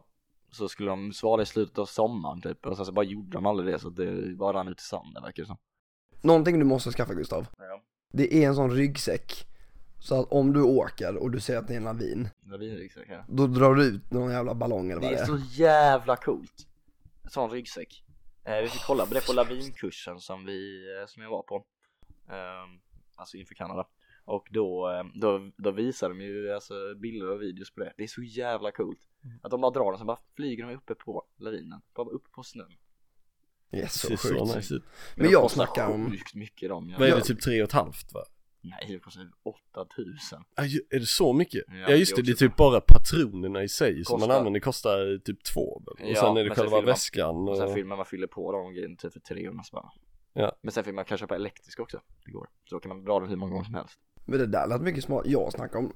Speaker 5: så skulle de svara i slutet av sommaren typ och sen så bara gjorde de aldrig det så det bara rann ut i sanden verkar det som.
Speaker 3: Någonting du måste skaffa Gustav,
Speaker 5: Ja.
Speaker 3: det är en sån ryggsäck. Så att om du åker och du ser att det är en lavin,
Speaker 5: Lavinryggsäck ja.
Speaker 3: då drar du ut någon jävla ballong eller vad
Speaker 5: Det är så jävla coolt. En sån ryggsäck. Eh, vi fick kolla på det på lavinkursen som, vi, eh, som jag var på. Ehm, alltså inför Kanada. Och då, eh, då, då visar de ju alltså, bilder och videos på det. Det är så jävla coolt.
Speaker 3: Mm.
Speaker 5: Att de bara drar den så bara flyger de uppe på lavinen. Bara uppe på snön.
Speaker 3: Det är så
Speaker 4: Ser
Speaker 3: sjukt.
Speaker 4: så nice ut
Speaker 3: Men
Speaker 5: de
Speaker 3: jag
Speaker 5: kostar
Speaker 3: snackar om-
Speaker 5: Sjukt mycket de
Speaker 4: Vad är
Speaker 5: gör.
Speaker 4: det, typ tre och ett halvt va?
Speaker 5: Nej det kostar typ ju 8000.
Speaker 4: Ja, ju- Är det så mycket?
Speaker 5: Ja,
Speaker 4: Ja, just det,
Speaker 5: det är
Speaker 4: det är
Speaker 5: också-
Speaker 4: typ bara patronerna i sig som man
Speaker 5: Kostar.
Speaker 4: använder kostar typ två väl? Och
Speaker 5: Ja,
Speaker 4: sen är det
Speaker 5: men sen
Speaker 4: själva
Speaker 5: fyller man-
Speaker 4: väskan och...
Speaker 5: Och sen fyller man, man fyller på de grejerna typ för 300 spänn.
Speaker 4: Ja.
Speaker 5: Men sen fick man kanske köpa elektrisk också. Det går. Så då kan man dra den hur många gånger som helst.
Speaker 3: Men det där lät mycket smart. Jag snackar om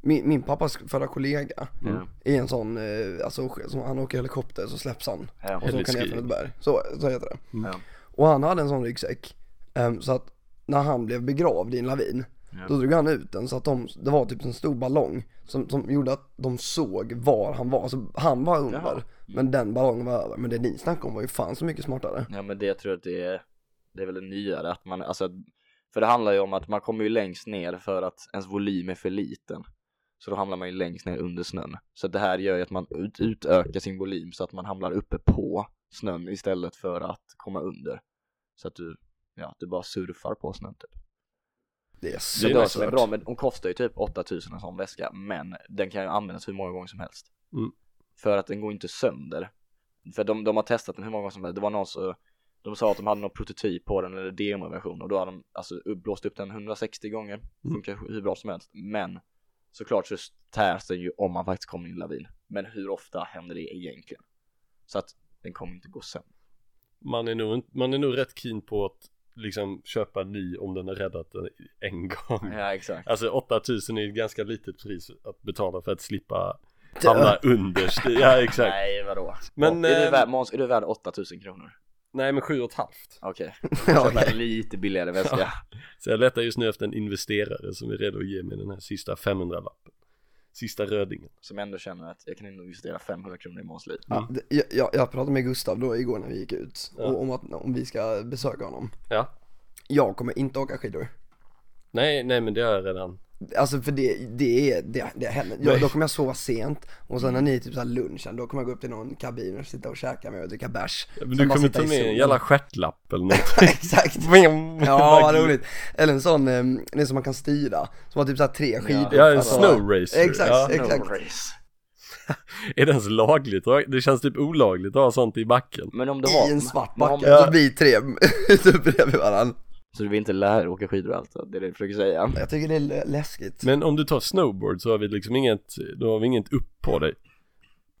Speaker 3: min, min pappas förra kollega
Speaker 5: Mm.
Speaker 3: är en sån, eh, alltså som, han åker helikopter så släpps han
Speaker 5: Ja.
Speaker 3: och så åker han ner
Speaker 4: Heliski.
Speaker 3: från ett berg. Så, så heter det.
Speaker 5: Ja.
Speaker 3: Och han hade en sån ryggsäck ehm, så att när han blev begravd i en lavin
Speaker 5: Ja.
Speaker 3: då drog han ut den så att de, det var typ en stor ballong som, som gjorde att de såg var han var. Så han var under
Speaker 5: Jaha.
Speaker 3: men den ballongen var över. Men det ni snackade om var ju fan så mycket smartare.
Speaker 5: Ja men det jag tror jag att det är, det är väl det nyare att man, alltså att, för det handlar ju om att man kommer ju längst ner för att ens volym är för liten. Så då hamnar man ju längst ner under snön. Så det här gör ju att man ut, utökar sin volym så att man hamnar uppe på snön istället för att komma under. Så att du, ja, att du bara surfar på snön typ.
Speaker 3: Det är
Speaker 5: Så
Speaker 3: så
Speaker 5: det, är det som är
Speaker 3: stört.
Speaker 5: bra med, hon kostar ju typ 8000 en sån väska, men den kan ju användas hur många gånger som helst.
Speaker 4: Mm.
Speaker 5: För att den går inte sönder. För de, de har testat den hur många gånger som helst, det var någon som, de sa att de hade någon prototyp på den eller demoversion och då hade de alltså upp- blåst upp den 160 gånger, funkar hur bra som helst. Men såklart så tärs den ju om man faktiskt kommer i en lavin. Men hur ofta händer det egentligen? Så att den kommer inte gå sönder.
Speaker 4: man, är nog, inte- man är nog rätt keen på att liksom köpa en ny om den har räddat den en gång
Speaker 5: Ja exakt.
Speaker 4: Alltså 8000 är ett ganska litet pris att betala för att slippa
Speaker 3: Dö.
Speaker 4: hamna underst Ja exakt
Speaker 5: Nej vadå?
Speaker 4: Men,
Speaker 5: Men, är, du
Speaker 4: ehm,
Speaker 5: värd, Måns, är du värd 8000 kronor?
Speaker 4: Nej men sju och ett halvt
Speaker 5: Okej.
Speaker 3: Ja,
Speaker 5: Köpa
Speaker 3: okej.
Speaker 5: en lite billigare väska.
Speaker 4: Så jag letar just nu efter en investerare som är redo att ge mig den här sista 500-lappen Sista rödingen
Speaker 5: Som ändå känner att jag kan investera 500 kronor i Måns liv.
Speaker 3: Ja, det- jag, jag, jag pratade med Gustav då igår när vi gick ut
Speaker 4: Ja.
Speaker 3: och om, att, om vi ska besöka honom.
Speaker 4: Ja
Speaker 3: Jag kommer inte åka skidor.
Speaker 4: Nej nej men det har jag redan
Speaker 3: Alltså för det, det är, det, det händer. Jag,
Speaker 4: Nej. Mm.
Speaker 3: då kommer jag sova sent och sen när ni är typ såhär lunchen då kommer jag gå upp till någon kabin och sitta och käka med och dricka bärs.
Speaker 4: Ja, Men
Speaker 3: Sen
Speaker 4: du
Speaker 3: bara
Speaker 4: kommer
Speaker 3: sitta
Speaker 4: ta
Speaker 3: i
Speaker 4: med en
Speaker 3: solen.
Speaker 4: jävla stjärtlapp eller något
Speaker 3: Exakt. Ja vad roligt. Eller en sån, eh, det är som man kan styra. Som har typ såhär tre skidor.
Speaker 4: Ja, en
Speaker 3: Alltså,
Speaker 4: snow racer.
Speaker 3: Exakt,
Speaker 4: Ja.
Speaker 3: exakt.
Speaker 5: No race.
Speaker 4: Är det ens lagligt? Det känns typ olagligt att ha sånt i backen
Speaker 5: Men om du har...
Speaker 3: I en svart
Speaker 5: men om-
Speaker 3: backe, så blir tre typ bredvid varandra.
Speaker 5: Så du vill inte lära dig åka skidor alltså? Det är det du försöker säga?
Speaker 3: Jag tycker det är lä- läskigt.
Speaker 4: Men om du tar snowboard så har vi liksom inget, då har vi inget upp på dig.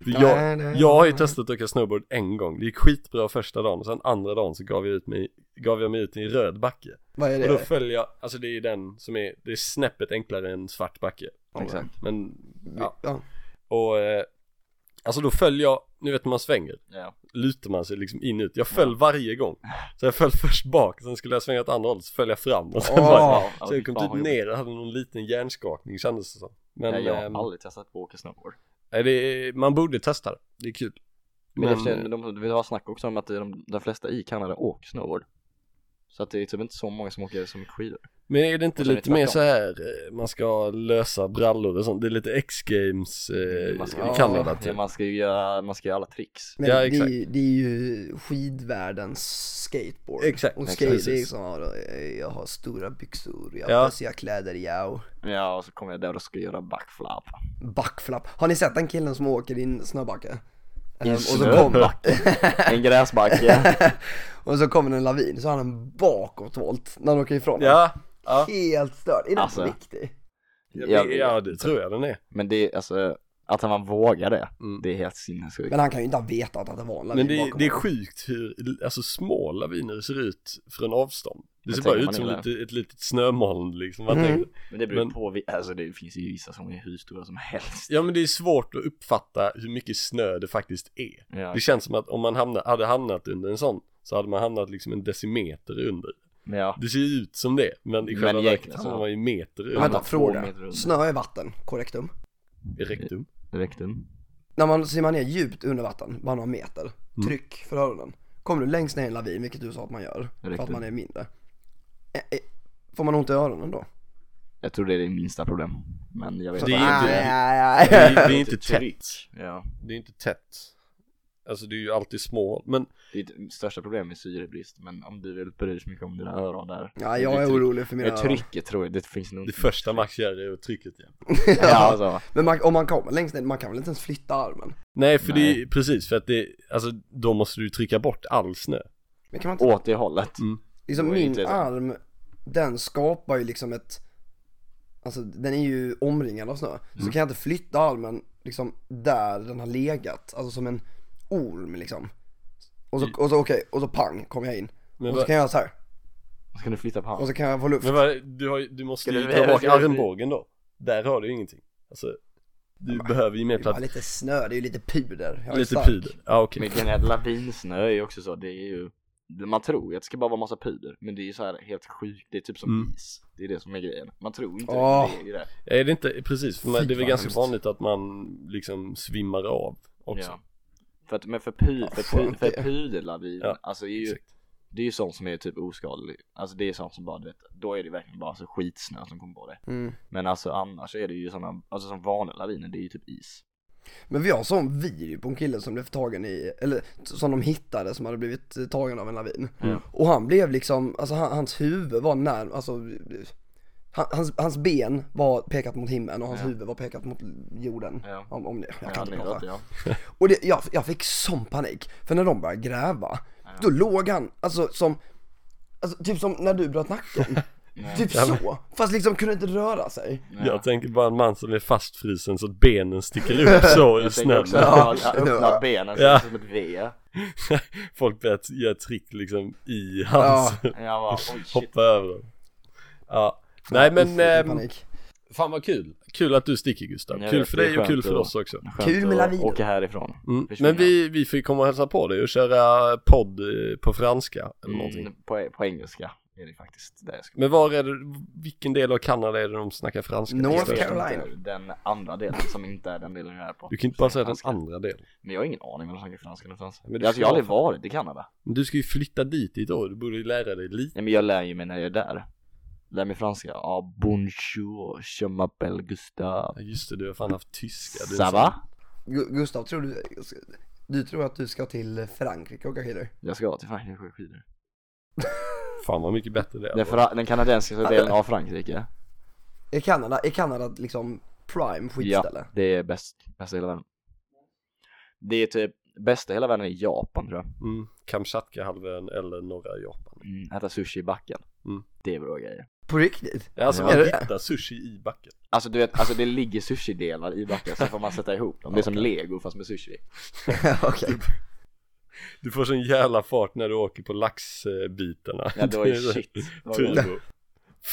Speaker 4: För Jag,
Speaker 3: Nej, nej,
Speaker 4: jag har ju
Speaker 3: nej.
Speaker 4: testat att åka snowboard en gång, det gick skitbra första dagen och sen andra dagen så gav jag, ut mig, gav jag mig ut i en röd backe.
Speaker 3: vad är
Speaker 4: Och då
Speaker 3: det?
Speaker 4: följer jag, alltså det är den som är, det är snäppet enklare än svart backe.
Speaker 5: Exakt.
Speaker 4: Men, ja.
Speaker 3: Ja.
Speaker 4: Och, eh, alltså då följer jag, nu vet när man svänger,
Speaker 5: Ja.
Speaker 4: lutar man sig liksom in ut. Jag föll varje gång. Så jag föll först bak, sen skulle jag svänga åt andra hållet, så föll jag fram och sen
Speaker 3: Åh.
Speaker 4: bara
Speaker 5: Ja,
Speaker 4: så jag kom
Speaker 5: fan, vad
Speaker 4: typ
Speaker 5: jobbigt.
Speaker 4: ner och hade någon liten hjärnskakning kändes det som. Men
Speaker 5: Nej, jag
Speaker 4: ehm,
Speaker 5: har aldrig testat på att åka snowboard.
Speaker 4: nej, det är, man borde testa det. Det är kul.
Speaker 5: Men,
Speaker 4: Men,
Speaker 5: men de, de, vi har snack också om att de, de flesta i Kanada åker snowboard. Så att det är typ inte så många som åker som skidor.
Speaker 4: men är det inte
Speaker 5: och sen är det
Speaker 4: lite mer
Speaker 5: tvärtom.
Speaker 4: så här eh, man ska lösa brallor och sånt? Det är lite X-games eh,
Speaker 5: Man ska,
Speaker 4: i
Speaker 3: ja,
Speaker 4: Kanada
Speaker 5: ja,
Speaker 4: typ.
Speaker 5: man ska ju göra, man ska göra alla tricks.
Speaker 3: Men
Speaker 4: Ja,
Speaker 3: det, är
Speaker 4: exakt.
Speaker 3: ju, det är ju skidvärldens skateboard.
Speaker 4: Exakt,
Speaker 3: Och
Speaker 4: exakt.
Speaker 3: skate det är
Speaker 4: Precis.
Speaker 3: liksom, ja, jag har stora byxor, jag har
Speaker 4: Ja.
Speaker 3: plötsliga kläder, jag
Speaker 5: Ja, och så kommer jag där och ska göra backflap.
Speaker 3: backflap. Har ni sett den killen som åker i en snöbacke?
Speaker 5: en
Speaker 3: Ehm, och, så kom,
Speaker 5: snöbacke. En gräsbacke.
Speaker 3: och så kommer det en lavin, så har han en bakåtvolt när han åker ifrån den.
Speaker 4: Ja, ja.
Speaker 3: Helt störd, är den på
Speaker 5: Alltså.
Speaker 3: riktigt?
Speaker 4: Ja, ja det tror jag den är.
Speaker 5: Men det är alltså, att han vågar det,
Speaker 4: Mm.
Speaker 5: det är helt sinnessjukt.
Speaker 3: Men han kan ju inte ha vetat att det var en lavin
Speaker 4: Men det,
Speaker 3: bakom
Speaker 4: det är
Speaker 3: honom.
Speaker 4: sjukt hur alltså, små laviner ser ut från avstånd. Det
Speaker 5: Jag
Speaker 4: ser bara
Speaker 5: tänker
Speaker 4: ut
Speaker 5: man
Speaker 4: som
Speaker 5: gillar.
Speaker 4: lite, ett litet snömoln liksom. Man
Speaker 3: Mm.
Speaker 4: tänker,
Speaker 5: Men det beror
Speaker 4: Men-
Speaker 5: men... på, vi- alltså det finns ju vissa som är hur stora som helst.
Speaker 4: ja men det är svårt att uppfatta hur mycket snö det faktiskt är.
Speaker 5: Ja,
Speaker 4: Det känns som att om man hamna, hade hamnat under en sån så hade man hamnat liksom en decimeter under.
Speaker 5: men ja.
Speaker 4: Det ser ju ut som det, men i
Speaker 5: Men
Speaker 4: själva verket
Speaker 5: egentligen
Speaker 4: så
Speaker 5: så-
Speaker 4: hamnar man ju meter under.
Speaker 3: Vänta,
Speaker 5: två meter
Speaker 3: fråga.
Speaker 5: under.
Speaker 3: Snö är vatten, um. korrektum?
Speaker 4: Rektum.
Speaker 5: Rektum.
Speaker 3: När man simmar ner djupt under vatten, bara några meter,
Speaker 4: Mm.
Speaker 3: tryck för öronen. Kommer du längst ner i en lavin, vilket du sa att man gör, för att
Speaker 5: Riktigt.
Speaker 3: man är mindre. Eh, eh, Får man ont i öronen då?
Speaker 5: Jag tror det är det minsta problem. Men jag vet
Speaker 4: Det är
Speaker 5: inte.
Speaker 4: inte-
Speaker 3: nej,
Speaker 4: Det är, det är inte
Speaker 5: Alltså, Tryck.
Speaker 4: tätt.
Speaker 5: Ja.
Speaker 4: Det är inte tätt. Alltså det är ju alltid små hål. Men
Speaker 5: Ditt största problem är syrebrist, men om du vill bry dig så mycket om dina öron där.
Speaker 3: Ja, jag är orolig för mina
Speaker 5: Men
Speaker 3: öron.
Speaker 5: trycket tror jag, det finns nog
Speaker 4: det första Max gör är att trycket igen.
Speaker 5: Ja, alltså.
Speaker 3: Men man, om man kommer längst ner, man kan väl inte ens flytta armen?
Speaker 4: Nej, för det
Speaker 5: Nej.
Speaker 4: är precis för att det, alltså då måste du trycka bort all snö.
Speaker 3: Men kan man inte,
Speaker 5: Åt det hållet.
Speaker 3: liksom
Speaker 5: det var ju
Speaker 3: min
Speaker 5: inte det.
Speaker 3: arm, den skapar ju liksom ett, alltså den är ju omringad av snö.
Speaker 4: Mm.
Speaker 3: Så kan jag inte flytta armen liksom där den har legat, alltså som en orm liksom. Och så, och så okej, och så pang kommer jag in.
Speaker 4: Men
Speaker 3: och så
Speaker 4: vad-
Speaker 3: kan jag göra så här.
Speaker 5: Ska du flytta på
Speaker 3: och
Speaker 5: handen?
Speaker 3: så kan jag få luft.
Speaker 4: Men vad, du, har, ju- du måste
Speaker 5: Skulle
Speaker 4: ju
Speaker 5: vi-
Speaker 4: ta bort
Speaker 5: skulle vi-
Speaker 4: armbågen då. Där har du ju ingenting. Alltså, du behöver ju mer
Speaker 3: Det är bara
Speaker 4: plats.
Speaker 3: lite snö, det är ju lite puder. Jag är
Speaker 4: Lite
Speaker 3: stark.
Speaker 4: pud. Ja, okej.
Speaker 5: Men grejen är att lavinsnö är ju också så, det är ju man tror ju att det ska bara vara massa puder, men det är ju så här helt sjukt, det är typ som
Speaker 4: Mm.
Speaker 5: is. Det är det som är grejen. Man tror inte
Speaker 3: Åh.
Speaker 5: det, men det är ju det.
Speaker 4: Är det inte, precis, för man,
Speaker 3: Fy,
Speaker 4: det är väl
Speaker 3: vad
Speaker 4: ganska
Speaker 3: hemskt.
Speaker 4: vanligt att man liksom svimmar av också.
Speaker 5: Ja. För att, men för, pu,
Speaker 3: Ja,
Speaker 5: för,
Speaker 3: skönt
Speaker 5: pu, för
Speaker 3: det.
Speaker 5: puderlavin,
Speaker 4: Ja,
Speaker 5: alltså är ju,
Speaker 4: exakt.
Speaker 5: det är ju sånt som är typ oskadligt. Alltså det är sånt som bara, du vet, då är det verkligen bara alltså, skitsnö som kommer på det.
Speaker 3: Mm.
Speaker 5: Men alltså annars är det ju sådana, alltså som vanliga laviner, det är ju typ is.
Speaker 3: Men vi har en sån video på en kille som blev tagen i, eller som de hittade som hade blivit eh, tagen av en lavin.
Speaker 5: Mm.
Speaker 3: Och han blev liksom, alltså han, hans huvud var när, alltså han- Hans, hans ben var pekat mot himlen och hans
Speaker 5: Ja.
Speaker 3: huvud var pekat mot jorden.
Speaker 5: Ja.
Speaker 3: Om, om det. Jag
Speaker 5: Ja,
Speaker 3: kan
Speaker 5: det är
Speaker 3: inte
Speaker 5: gott,
Speaker 3: prata.
Speaker 5: ja.
Speaker 3: Och det, jag, jag fick sån panik. För när de började gräva, då låg han, alltså som, alltså typ som när du bröt nacken. typ så. Fast liksom kunde inte röra sig.
Speaker 4: Jag tänker bara en man som är fastfrusen så att benen sticker upp så i
Speaker 5: Jag tänker
Speaker 4: snön.
Speaker 5: också att han har
Speaker 3: Ja.
Speaker 5: öppnat benen
Speaker 4: Ja.
Speaker 5: ja. som ett V.
Speaker 4: Folk börjar göra trick liksom i hans,
Speaker 5: Jag bara, oj shit.
Speaker 4: hoppa över dem. Ja. Nej men,
Speaker 3: Uff, vilken
Speaker 4: ehm,
Speaker 3: panik.
Speaker 4: fan vad kul. Kul att du sticker Gustav.
Speaker 5: Jag
Speaker 4: Kul
Speaker 5: vet,
Speaker 4: för
Speaker 5: det är
Speaker 4: dig och kul
Speaker 5: skönt
Speaker 4: för
Speaker 5: att-
Speaker 4: oss också.
Speaker 5: Skönt
Speaker 3: Kul med
Speaker 5: att
Speaker 3: laviner.
Speaker 5: Åka härifrån.
Speaker 4: Mm.
Speaker 5: Försvinna.
Speaker 4: Men vi, vi får ju komma och hälsa på dig och köra podd eh, på franska eller någonting.
Speaker 5: Mm, på, på engelska är det faktiskt det jag skulle
Speaker 4: Men var är det, vilken del av Kanada är det de snackar franska?
Speaker 3: North
Speaker 4: Just det.
Speaker 3: Carolina.
Speaker 5: Den andra delen som inte är den delen jag är på.
Speaker 4: Du kan inte bara säga den
Speaker 5: Franska.
Speaker 4: andra delen.
Speaker 5: Men jag har ingen aning om de snackar franska någonstans.
Speaker 4: Men du
Speaker 5: alltså jag
Speaker 4: ska-
Speaker 5: har aldrig varit i Kanada.
Speaker 4: Men du ska ju flytta dit i ett år, du borde ju lära dig lite.
Speaker 5: Nej men jag lär ju mig när jag är där. Lär mig franska. Ja, bonjour, je m'appelle Gustav.
Speaker 4: Ja, Just det, du har fan haft tyska. Det är
Speaker 5: Ça
Speaker 4: så-
Speaker 5: va?
Speaker 3: Gu- Gustav, tror du, du tror att du ska till Frankrike och åka skidor?
Speaker 5: Jag ska till Frankrike och åka skidor.
Speaker 4: Fan vad mycket bättre det
Speaker 5: Den,
Speaker 4: är.
Speaker 5: fra- den kanadensiska delen av Frankrike.
Speaker 3: Är Kanada, är Kanada liksom prime skitställe?
Speaker 5: Ja, det är bäst, bästa i hela världen. Det är typ bästa i hela världen i Japan tror jag.
Speaker 4: Mm. Kamchatka-halvön eller norra Japan.
Speaker 5: Mm, äta sushi i backen.
Speaker 4: Mm.
Speaker 5: Det är bra grejer.
Speaker 3: På riktigt?
Speaker 4: Alltså
Speaker 5: Ja.
Speaker 4: man
Speaker 3: Är det-
Speaker 4: hittar sushi i backen.
Speaker 5: Alltså du vet, alltså det ligger sushidelar i backen så får man sätta ihop dem. Det är som lego fast med sushi. Typ.
Speaker 3: Okej.
Speaker 4: Du får sån jävla fart när du åker på laxbitarna.
Speaker 5: Ja, då
Speaker 4: Det är
Speaker 5: är
Speaker 4: så-
Speaker 5: shit. Vad gott.
Speaker 4: Turbo.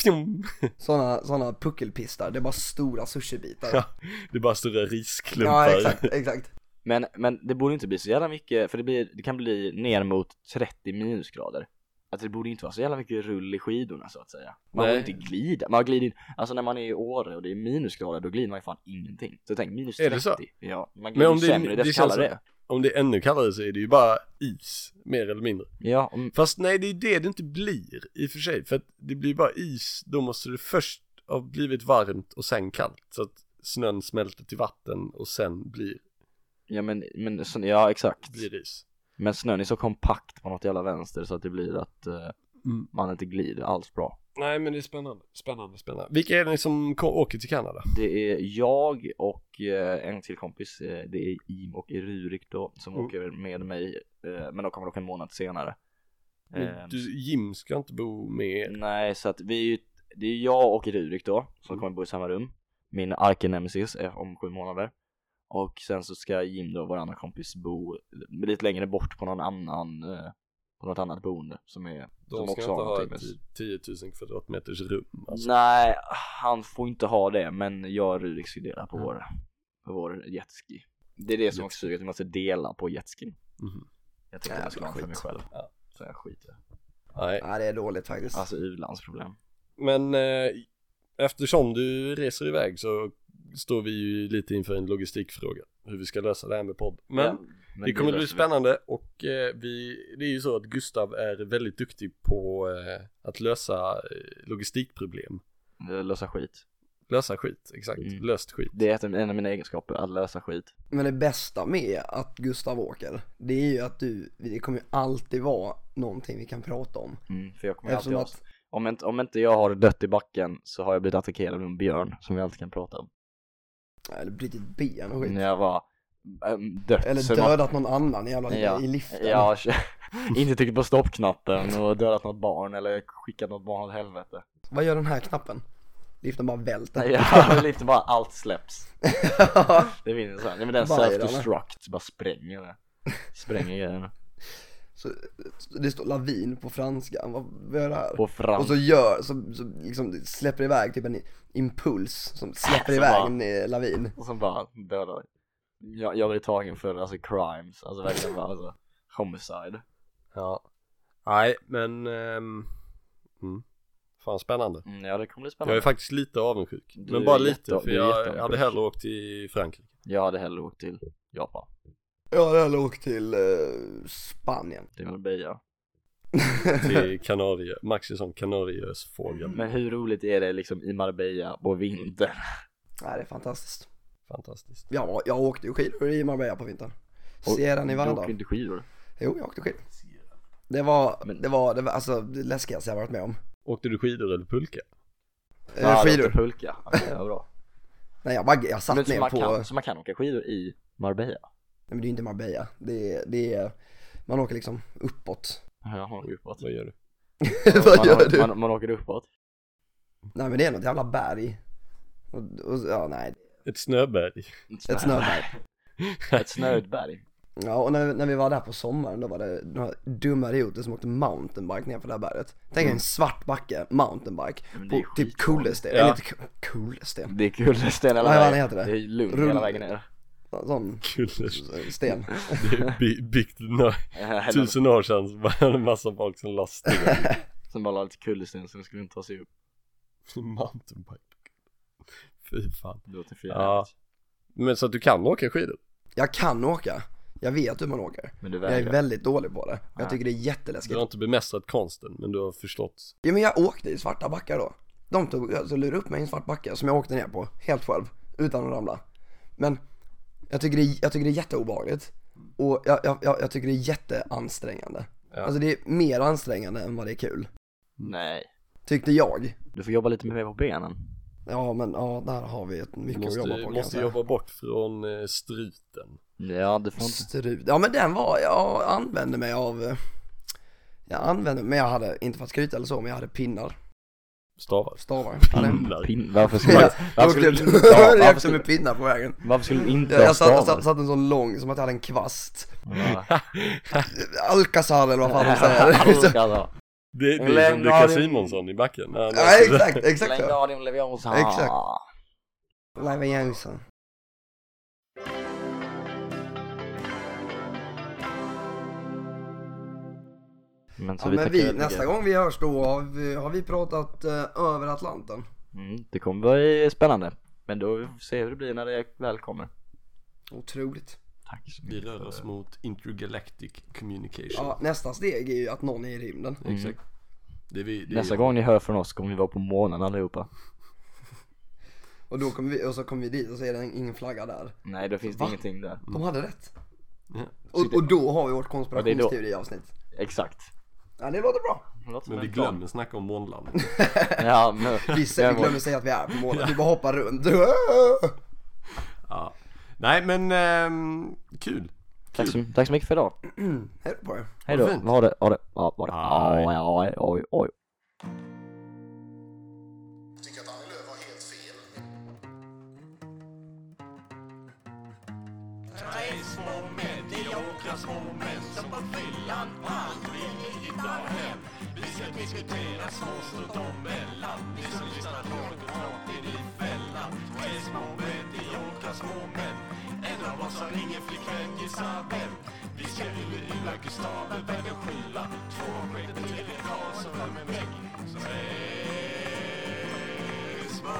Speaker 4: Fjom.
Speaker 3: Såna, såna puckelpistar, det är bara stora sushibitar.
Speaker 4: Ja,
Speaker 3: Ja,
Speaker 4: Det är bara stora risklumpar.
Speaker 3: exakt, exakt.
Speaker 5: Men, men det borde inte bli så jävla mycket, för det, blir, det kan bli ner mot 30 minusgrader. Att det borde inte vara så jävla mycket rull i skidorna så att säga. Man
Speaker 4: Nej.
Speaker 5: borde inte glida, man glider in, alltså när man är i Åre och det är minusgrader då glider man ju fan ingenting. Så tänk minus 30.
Speaker 4: Är det så?
Speaker 5: Ja, man
Speaker 4: Men
Speaker 5: glider
Speaker 4: om
Speaker 5: ju
Speaker 4: det,
Speaker 5: sämre,
Speaker 4: det,
Speaker 5: desto
Speaker 4: känns
Speaker 5: kallare det.
Speaker 4: det. Om det är ännu kallare så är det ju bara is, mer eller mindre.
Speaker 5: Ja, om,
Speaker 4: Fast nej, det är det det inte blir i och för sig. För att det blir bara is, då måste det först ha blivit varmt och sen kallt. Så att snön smälter till vatten och sen blir,
Speaker 5: ja men, men så, ja exakt.
Speaker 4: blir is.
Speaker 5: Men snön är så kompakt på något jävla vänster så att det blir att eh,
Speaker 4: Mm.
Speaker 5: man inte glider alls bra.
Speaker 4: Nej, men det är spännande, spännande, spännande. Vilka är det som ko- åker till Kanada?
Speaker 5: Det är jag och eh, en till kompis, eh, det är Im och Rurik då, som
Speaker 4: Mm.
Speaker 5: åker med mig, eh, men de kommer dock en månad senare. Eh,
Speaker 4: Men Du, Jim ska inte bo med er.
Speaker 5: Nej, så att vi är ju, det är jag och Rurik då, som
Speaker 4: Mm.
Speaker 5: kommer bo i samma rum. min arkenemesis är om sju månader. Och sen så ska Jim då, vår andra kompis, bo lite längre bort på någon annan, eh, på något annat boende som är
Speaker 4: De
Speaker 5: som
Speaker 4: ska inte ha
Speaker 5: någonting
Speaker 4: ett
Speaker 5: med-
Speaker 4: 10 000 kvadratmeters rum alltså.
Speaker 5: Nej, han får inte ha det, men jag och Rudik ska dela
Speaker 4: Mm.
Speaker 5: på vår, på vår jetski. Det är det som också suger, att vi måste dela på jetskin.
Speaker 4: Mhm.
Speaker 5: Jag tänkte att jag skulle ha den för mig
Speaker 3: skit.
Speaker 5: själv.
Speaker 4: Ja.
Speaker 5: Så jag skiter
Speaker 4: Nej.
Speaker 3: Nej, det är dåligt faktiskt.
Speaker 5: Alltså u-landsproblem.
Speaker 4: Men eh, eftersom du reser iväg så står vi ju lite inför en logistikfråga hur vi ska lösa det här med podd. Men
Speaker 5: Ja, men
Speaker 4: det kommer bli
Speaker 5: löser vi.
Speaker 4: spännande och eh, vi, det är ju så att Gustav är väldigt duktig på eh, att lösa eh, logistikproblem.
Speaker 5: Lösa skit.
Speaker 4: Lösa skit, exakt.
Speaker 5: Mm.
Speaker 4: Löst skit.
Speaker 5: Det är ett- en av mina egenskaper, att lösa skit.
Speaker 3: Men det bästa med att Gustav åker, det är ju att du, det kommer ju alltid vara någonting vi kan prata om.
Speaker 5: Mm, för jag kommer alltid
Speaker 3: Eftersom att,
Speaker 5: ha... Om inte, om inte jag har dött i backen så har jag blivit attackerad av en björn som vi alltid kan prata om.
Speaker 3: eller brutit ben och skit.
Speaker 5: När jag var ähm, dött.
Speaker 3: Eller
Speaker 5: så man-
Speaker 3: dödat någon annan jävla i liften.
Speaker 5: Ja, inte tryckt på stoppknappen och dödat något barn eller skickat något barn åt helvete.
Speaker 3: Vad gör den här knappen? Liften bara välter.
Speaker 5: Ja, lite bara allt släpps. Det vinner så här. Nej men den
Speaker 3: Vajrarna.
Speaker 5: self-destruct bara spränger det. Spränger grejerna.
Speaker 3: så, det står lavin på franska, vad, vad är det här?
Speaker 5: På fram.
Speaker 3: Och så gör, så, så liksom släpper iväg typ en impuls som släpper
Speaker 5: Som
Speaker 3: iväg
Speaker 5: bara-
Speaker 3: en eh, lavin.
Speaker 5: Och sen bara dödar. Jag, jag blev tagen för alltså crimes, alltså verkligen bara alltså, homicide.
Speaker 4: Ja. Nej, men... ehm, mm. Fan spännande.
Speaker 5: Mm, ja det kommer bli
Speaker 4: Jag är
Speaker 5: spännande.
Speaker 4: faktiskt lite avundsjuk.
Speaker 5: Du
Speaker 4: men
Speaker 5: är
Speaker 4: bara
Speaker 5: jätte-
Speaker 4: lite, för
Speaker 5: du är
Speaker 4: jag
Speaker 5: jätteavundsjuk.
Speaker 4: hade hellre åkt till Frankrike.
Speaker 5: Jag hade hellre åkt till Japan,
Speaker 3: Jag hade hellre åkt till eh, Spanien.
Speaker 5: till Marbella.
Speaker 4: Till Kanarieö, Maxi som Kanarieös fågel.
Speaker 5: Men hur roligt är det liksom i Marbella på vintern?
Speaker 3: Nej, det är fantastiskt.
Speaker 4: Fantastiskt.
Speaker 3: Ja, jag åkte ju skidor i Marbella på vintern. Sierra Nevada.
Speaker 5: Du åker inte skidor?
Speaker 3: Jo, jag åkte skidor. Det var,
Speaker 5: Men-
Speaker 3: det var, det var alltså det läskigaste jag varit med om.
Speaker 4: Åkte du skidor eller pulka?
Speaker 3: Eh,
Speaker 5: Ja, det
Speaker 3: skidor.
Speaker 5: heter Pulka. Okej, ja, bra.
Speaker 3: Nej, jag, bara, jag satt
Speaker 5: Men så,
Speaker 3: ner
Speaker 5: man
Speaker 3: på,
Speaker 5: kan,
Speaker 3: nej
Speaker 5: så man kan åka skidor i Marbella?
Speaker 3: men det är ju inte Marbella. Det är, det är, man åker liksom uppåt.
Speaker 5: Ja, man åker uppåt.
Speaker 4: Vad gör du?
Speaker 3: Vad gör
Speaker 5: man,
Speaker 3: du?
Speaker 5: Man, man åker uppåt.
Speaker 3: Nej men det är något jävla berg. Och, och, ja, nej.
Speaker 4: Ett snöberg.
Speaker 3: Ett snöberg.
Speaker 5: Ett snöigt berg.
Speaker 3: Ja, och när, när vi var där på sommaren då var det några dumma idioter som åkte mountainbike ner för det här berget. Tänk dig en svart backe, mountainbike,
Speaker 5: Mm. Men det är
Speaker 3: på typ
Speaker 5: skitbra.
Speaker 3: kullersten.
Speaker 4: Ja.
Speaker 3: Eller inte ku- kullersten,
Speaker 5: Det är kullersten hela
Speaker 3: Vad fan
Speaker 5: vägen.
Speaker 3: heter det?
Speaker 5: Det är lugn
Speaker 3: Rull-
Speaker 5: hela vägen ner. Eh,
Speaker 3: sån
Speaker 4: Kullers.
Speaker 3: sten.
Speaker 4: Det är bi- byggt nå-
Speaker 5: Eller-
Speaker 4: tusen år sedan. så var det en massa folk som lastade.
Speaker 5: Sen bara la lite kullersten så den skulle inte ta sig upp.
Speaker 4: Mountainbike. Fy fan.
Speaker 5: Det låter för
Speaker 4: Ja.
Speaker 5: jävligt.
Speaker 4: Men så att du kan åka skidor?
Speaker 3: Jag kan åka, jag vet hur man åker.
Speaker 5: Men du
Speaker 3: Jag är
Speaker 5: vägrar.
Speaker 3: väldigt dålig på det. Jag
Speaker 5: Ja.
Speaker 3: tycker det är
Speaker 4: Du
Speaker 3: jätteläskigt.
Speaker 4: har inte bemästrat konsten men du har förstått.
Speaker 3: Ja men jag åkte i svarta backar då. De tog, alltså lurade upp mig i en svart backe som jag åkte ner på helt själv utan att ramla. Men jag tycker det, jag tycker det är jätteobehagligt och jag, jag, jag, jag tycker det är jätteansträngande.
Speaker 4: Ja.
Speaker 3: Alltså det är mer ansträngande än vad det är kul.
Speaker 5: Nej.
Speaker 3: Tyckte jag.
Speaker 5: Du får jobba lite mer på benen.
Speaker 3: Ja men ja, där har vi ett
Speaker 4: Du
Speaker 3: mycket att jobba
Speaker 4: måste,
Speaker 3: på
Speaker 4: måste
Speaker 3: säga.
Speaker 4: jobba bort från eh, struten.
Speaker 5: Ja, du får inte.
Speaker 3: Strut. Ja men den var, jag använde mig av, eh, jag använde, men jag hade, inte för att skryta eller så, men jag hade pinnar,
Speaker 4: Stavar.
Speaker 3: stavar. Hade-
Speaker 4: Pinnar.
Speaker 5: Pin... Varför skulle man...
Speaker 3: Jag jag
Speaker 5: Varför
Speaker 3: åkte
Speaker 5: skulle du
Speaker 3: upp,
Speaker 5: inte ha- varför
Speaker 3: jag åkte
Speaker 5: skulle-
Speaker 3: med pinnar på vägen.
Speaker 5: Varför skulle du inte
Speaker 3: Jag,
Speaker 5: ha
Speaker 3: jag satt, satt,
Speaker 5: stavar?
Speaker 3: satt en sån lång som att jag hade en kvast.
Speaker 5: Ja.
Speaker 3: Alcazar eller vad fan de säger. Liksom. Så-
Speaker 5: Alltså,
Speaker 4: Det, det är som
Speaker 5: Leonardo-
Speaker 4: Lukas Simonsson i backen. Ja,
Speaker 3: Ja exakt, exakt så.
Speaker 5: Legendarium Leviosa.
Speaker 3: Exakt. Live in Jensen.
Speaker 5: Men så
Speaker 3: Ja
Speaker 5: vi
Speaker 3: men
Speaker 5: tackar
Speaker 3: vi,
Speaker 5: väl
Speaker 3: nästa
Speaker 5: mycket.
Speaker 3: gång vi hörs då har vi, har vi pratat eh, över Atlanten.
Speaker 5: Mm, det kommer vara spännande. Men då får vi se hur det blir när det väl kommer.
Speaker 3: Otroligt.
Speaker 5: Tack så
Speaker 4: Vi
Speaker 5: mycket.
Speaker 4: rör oss mot intergalactic communication. Mm.
Speaker 3: Ja, nästa steg är ju att någon är i rymden.
Speaker 4: Exakt. Det är vi, det är
Speaker 5: Nästa
Speaker 4: vi.
Speaker 5: gång ni hör från oss kommer vi vara på månen allihopa.
Speaker 3: Och då kommer vi, och så kommer vi dit och så är det ingen flagga där.
Speaker 5: Nej, då finns det
Speaker 3: Va?
Speaker 5: ingenting där.
Speaker 3: De hade rätt.
Speaker 4: Ja.
Speaker 3: Och, och då har vi vårt
Speaker 5: det är då.
Speaker 3: konspirationsteoriavsnitt.
Speaker 5: Exakt.
Speaker 3: Ja det låter bra.
Speaker 5: Låter som
Speaker 4: Men vi
Speaker 5: en
Speaker 4: glömmer snacka om månlandet.
Speaker 5: plan. Ja, men...
Speaker 3: Vi, vi
Speaker 5: Jag mår-
Speaker 3: glömmer säga att vi är på månen, vi bara hoppar runt.
Speaker 4: Ja. Nej men ehm, kul.
Speaker 5: Tack så, tack så mycket för idag.
Speaker 3: Hej då på er.
Speaker 5: Hej då.
Speaker 4: det fint.
Speaker 5: Ha det, ha det. Ja, ha det.
Speaker 4: Aj.
Speaker 5: Aj, aj, oj, oj.
Speaker 6: tycker att Annie Lööf har helt fel.
Speaker 1: två män som på fyllan aldrig hittar hem. Vi ska diskutera småstund dem emellan. Ni som lyssnar på det pratar i fällan. Tre små mediokra små män. En av oss har ingen flickvän, gissa vem? Vi ska ur illa Gustaven, vem är sjua? Två har skett, en tredje Karlsson, vem är väck? Tre små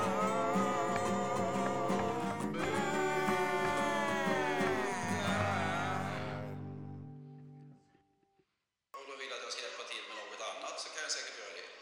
Speaker 2: Om du vill att jag ska hjälpa till med något annat så kan jag säkert göra det.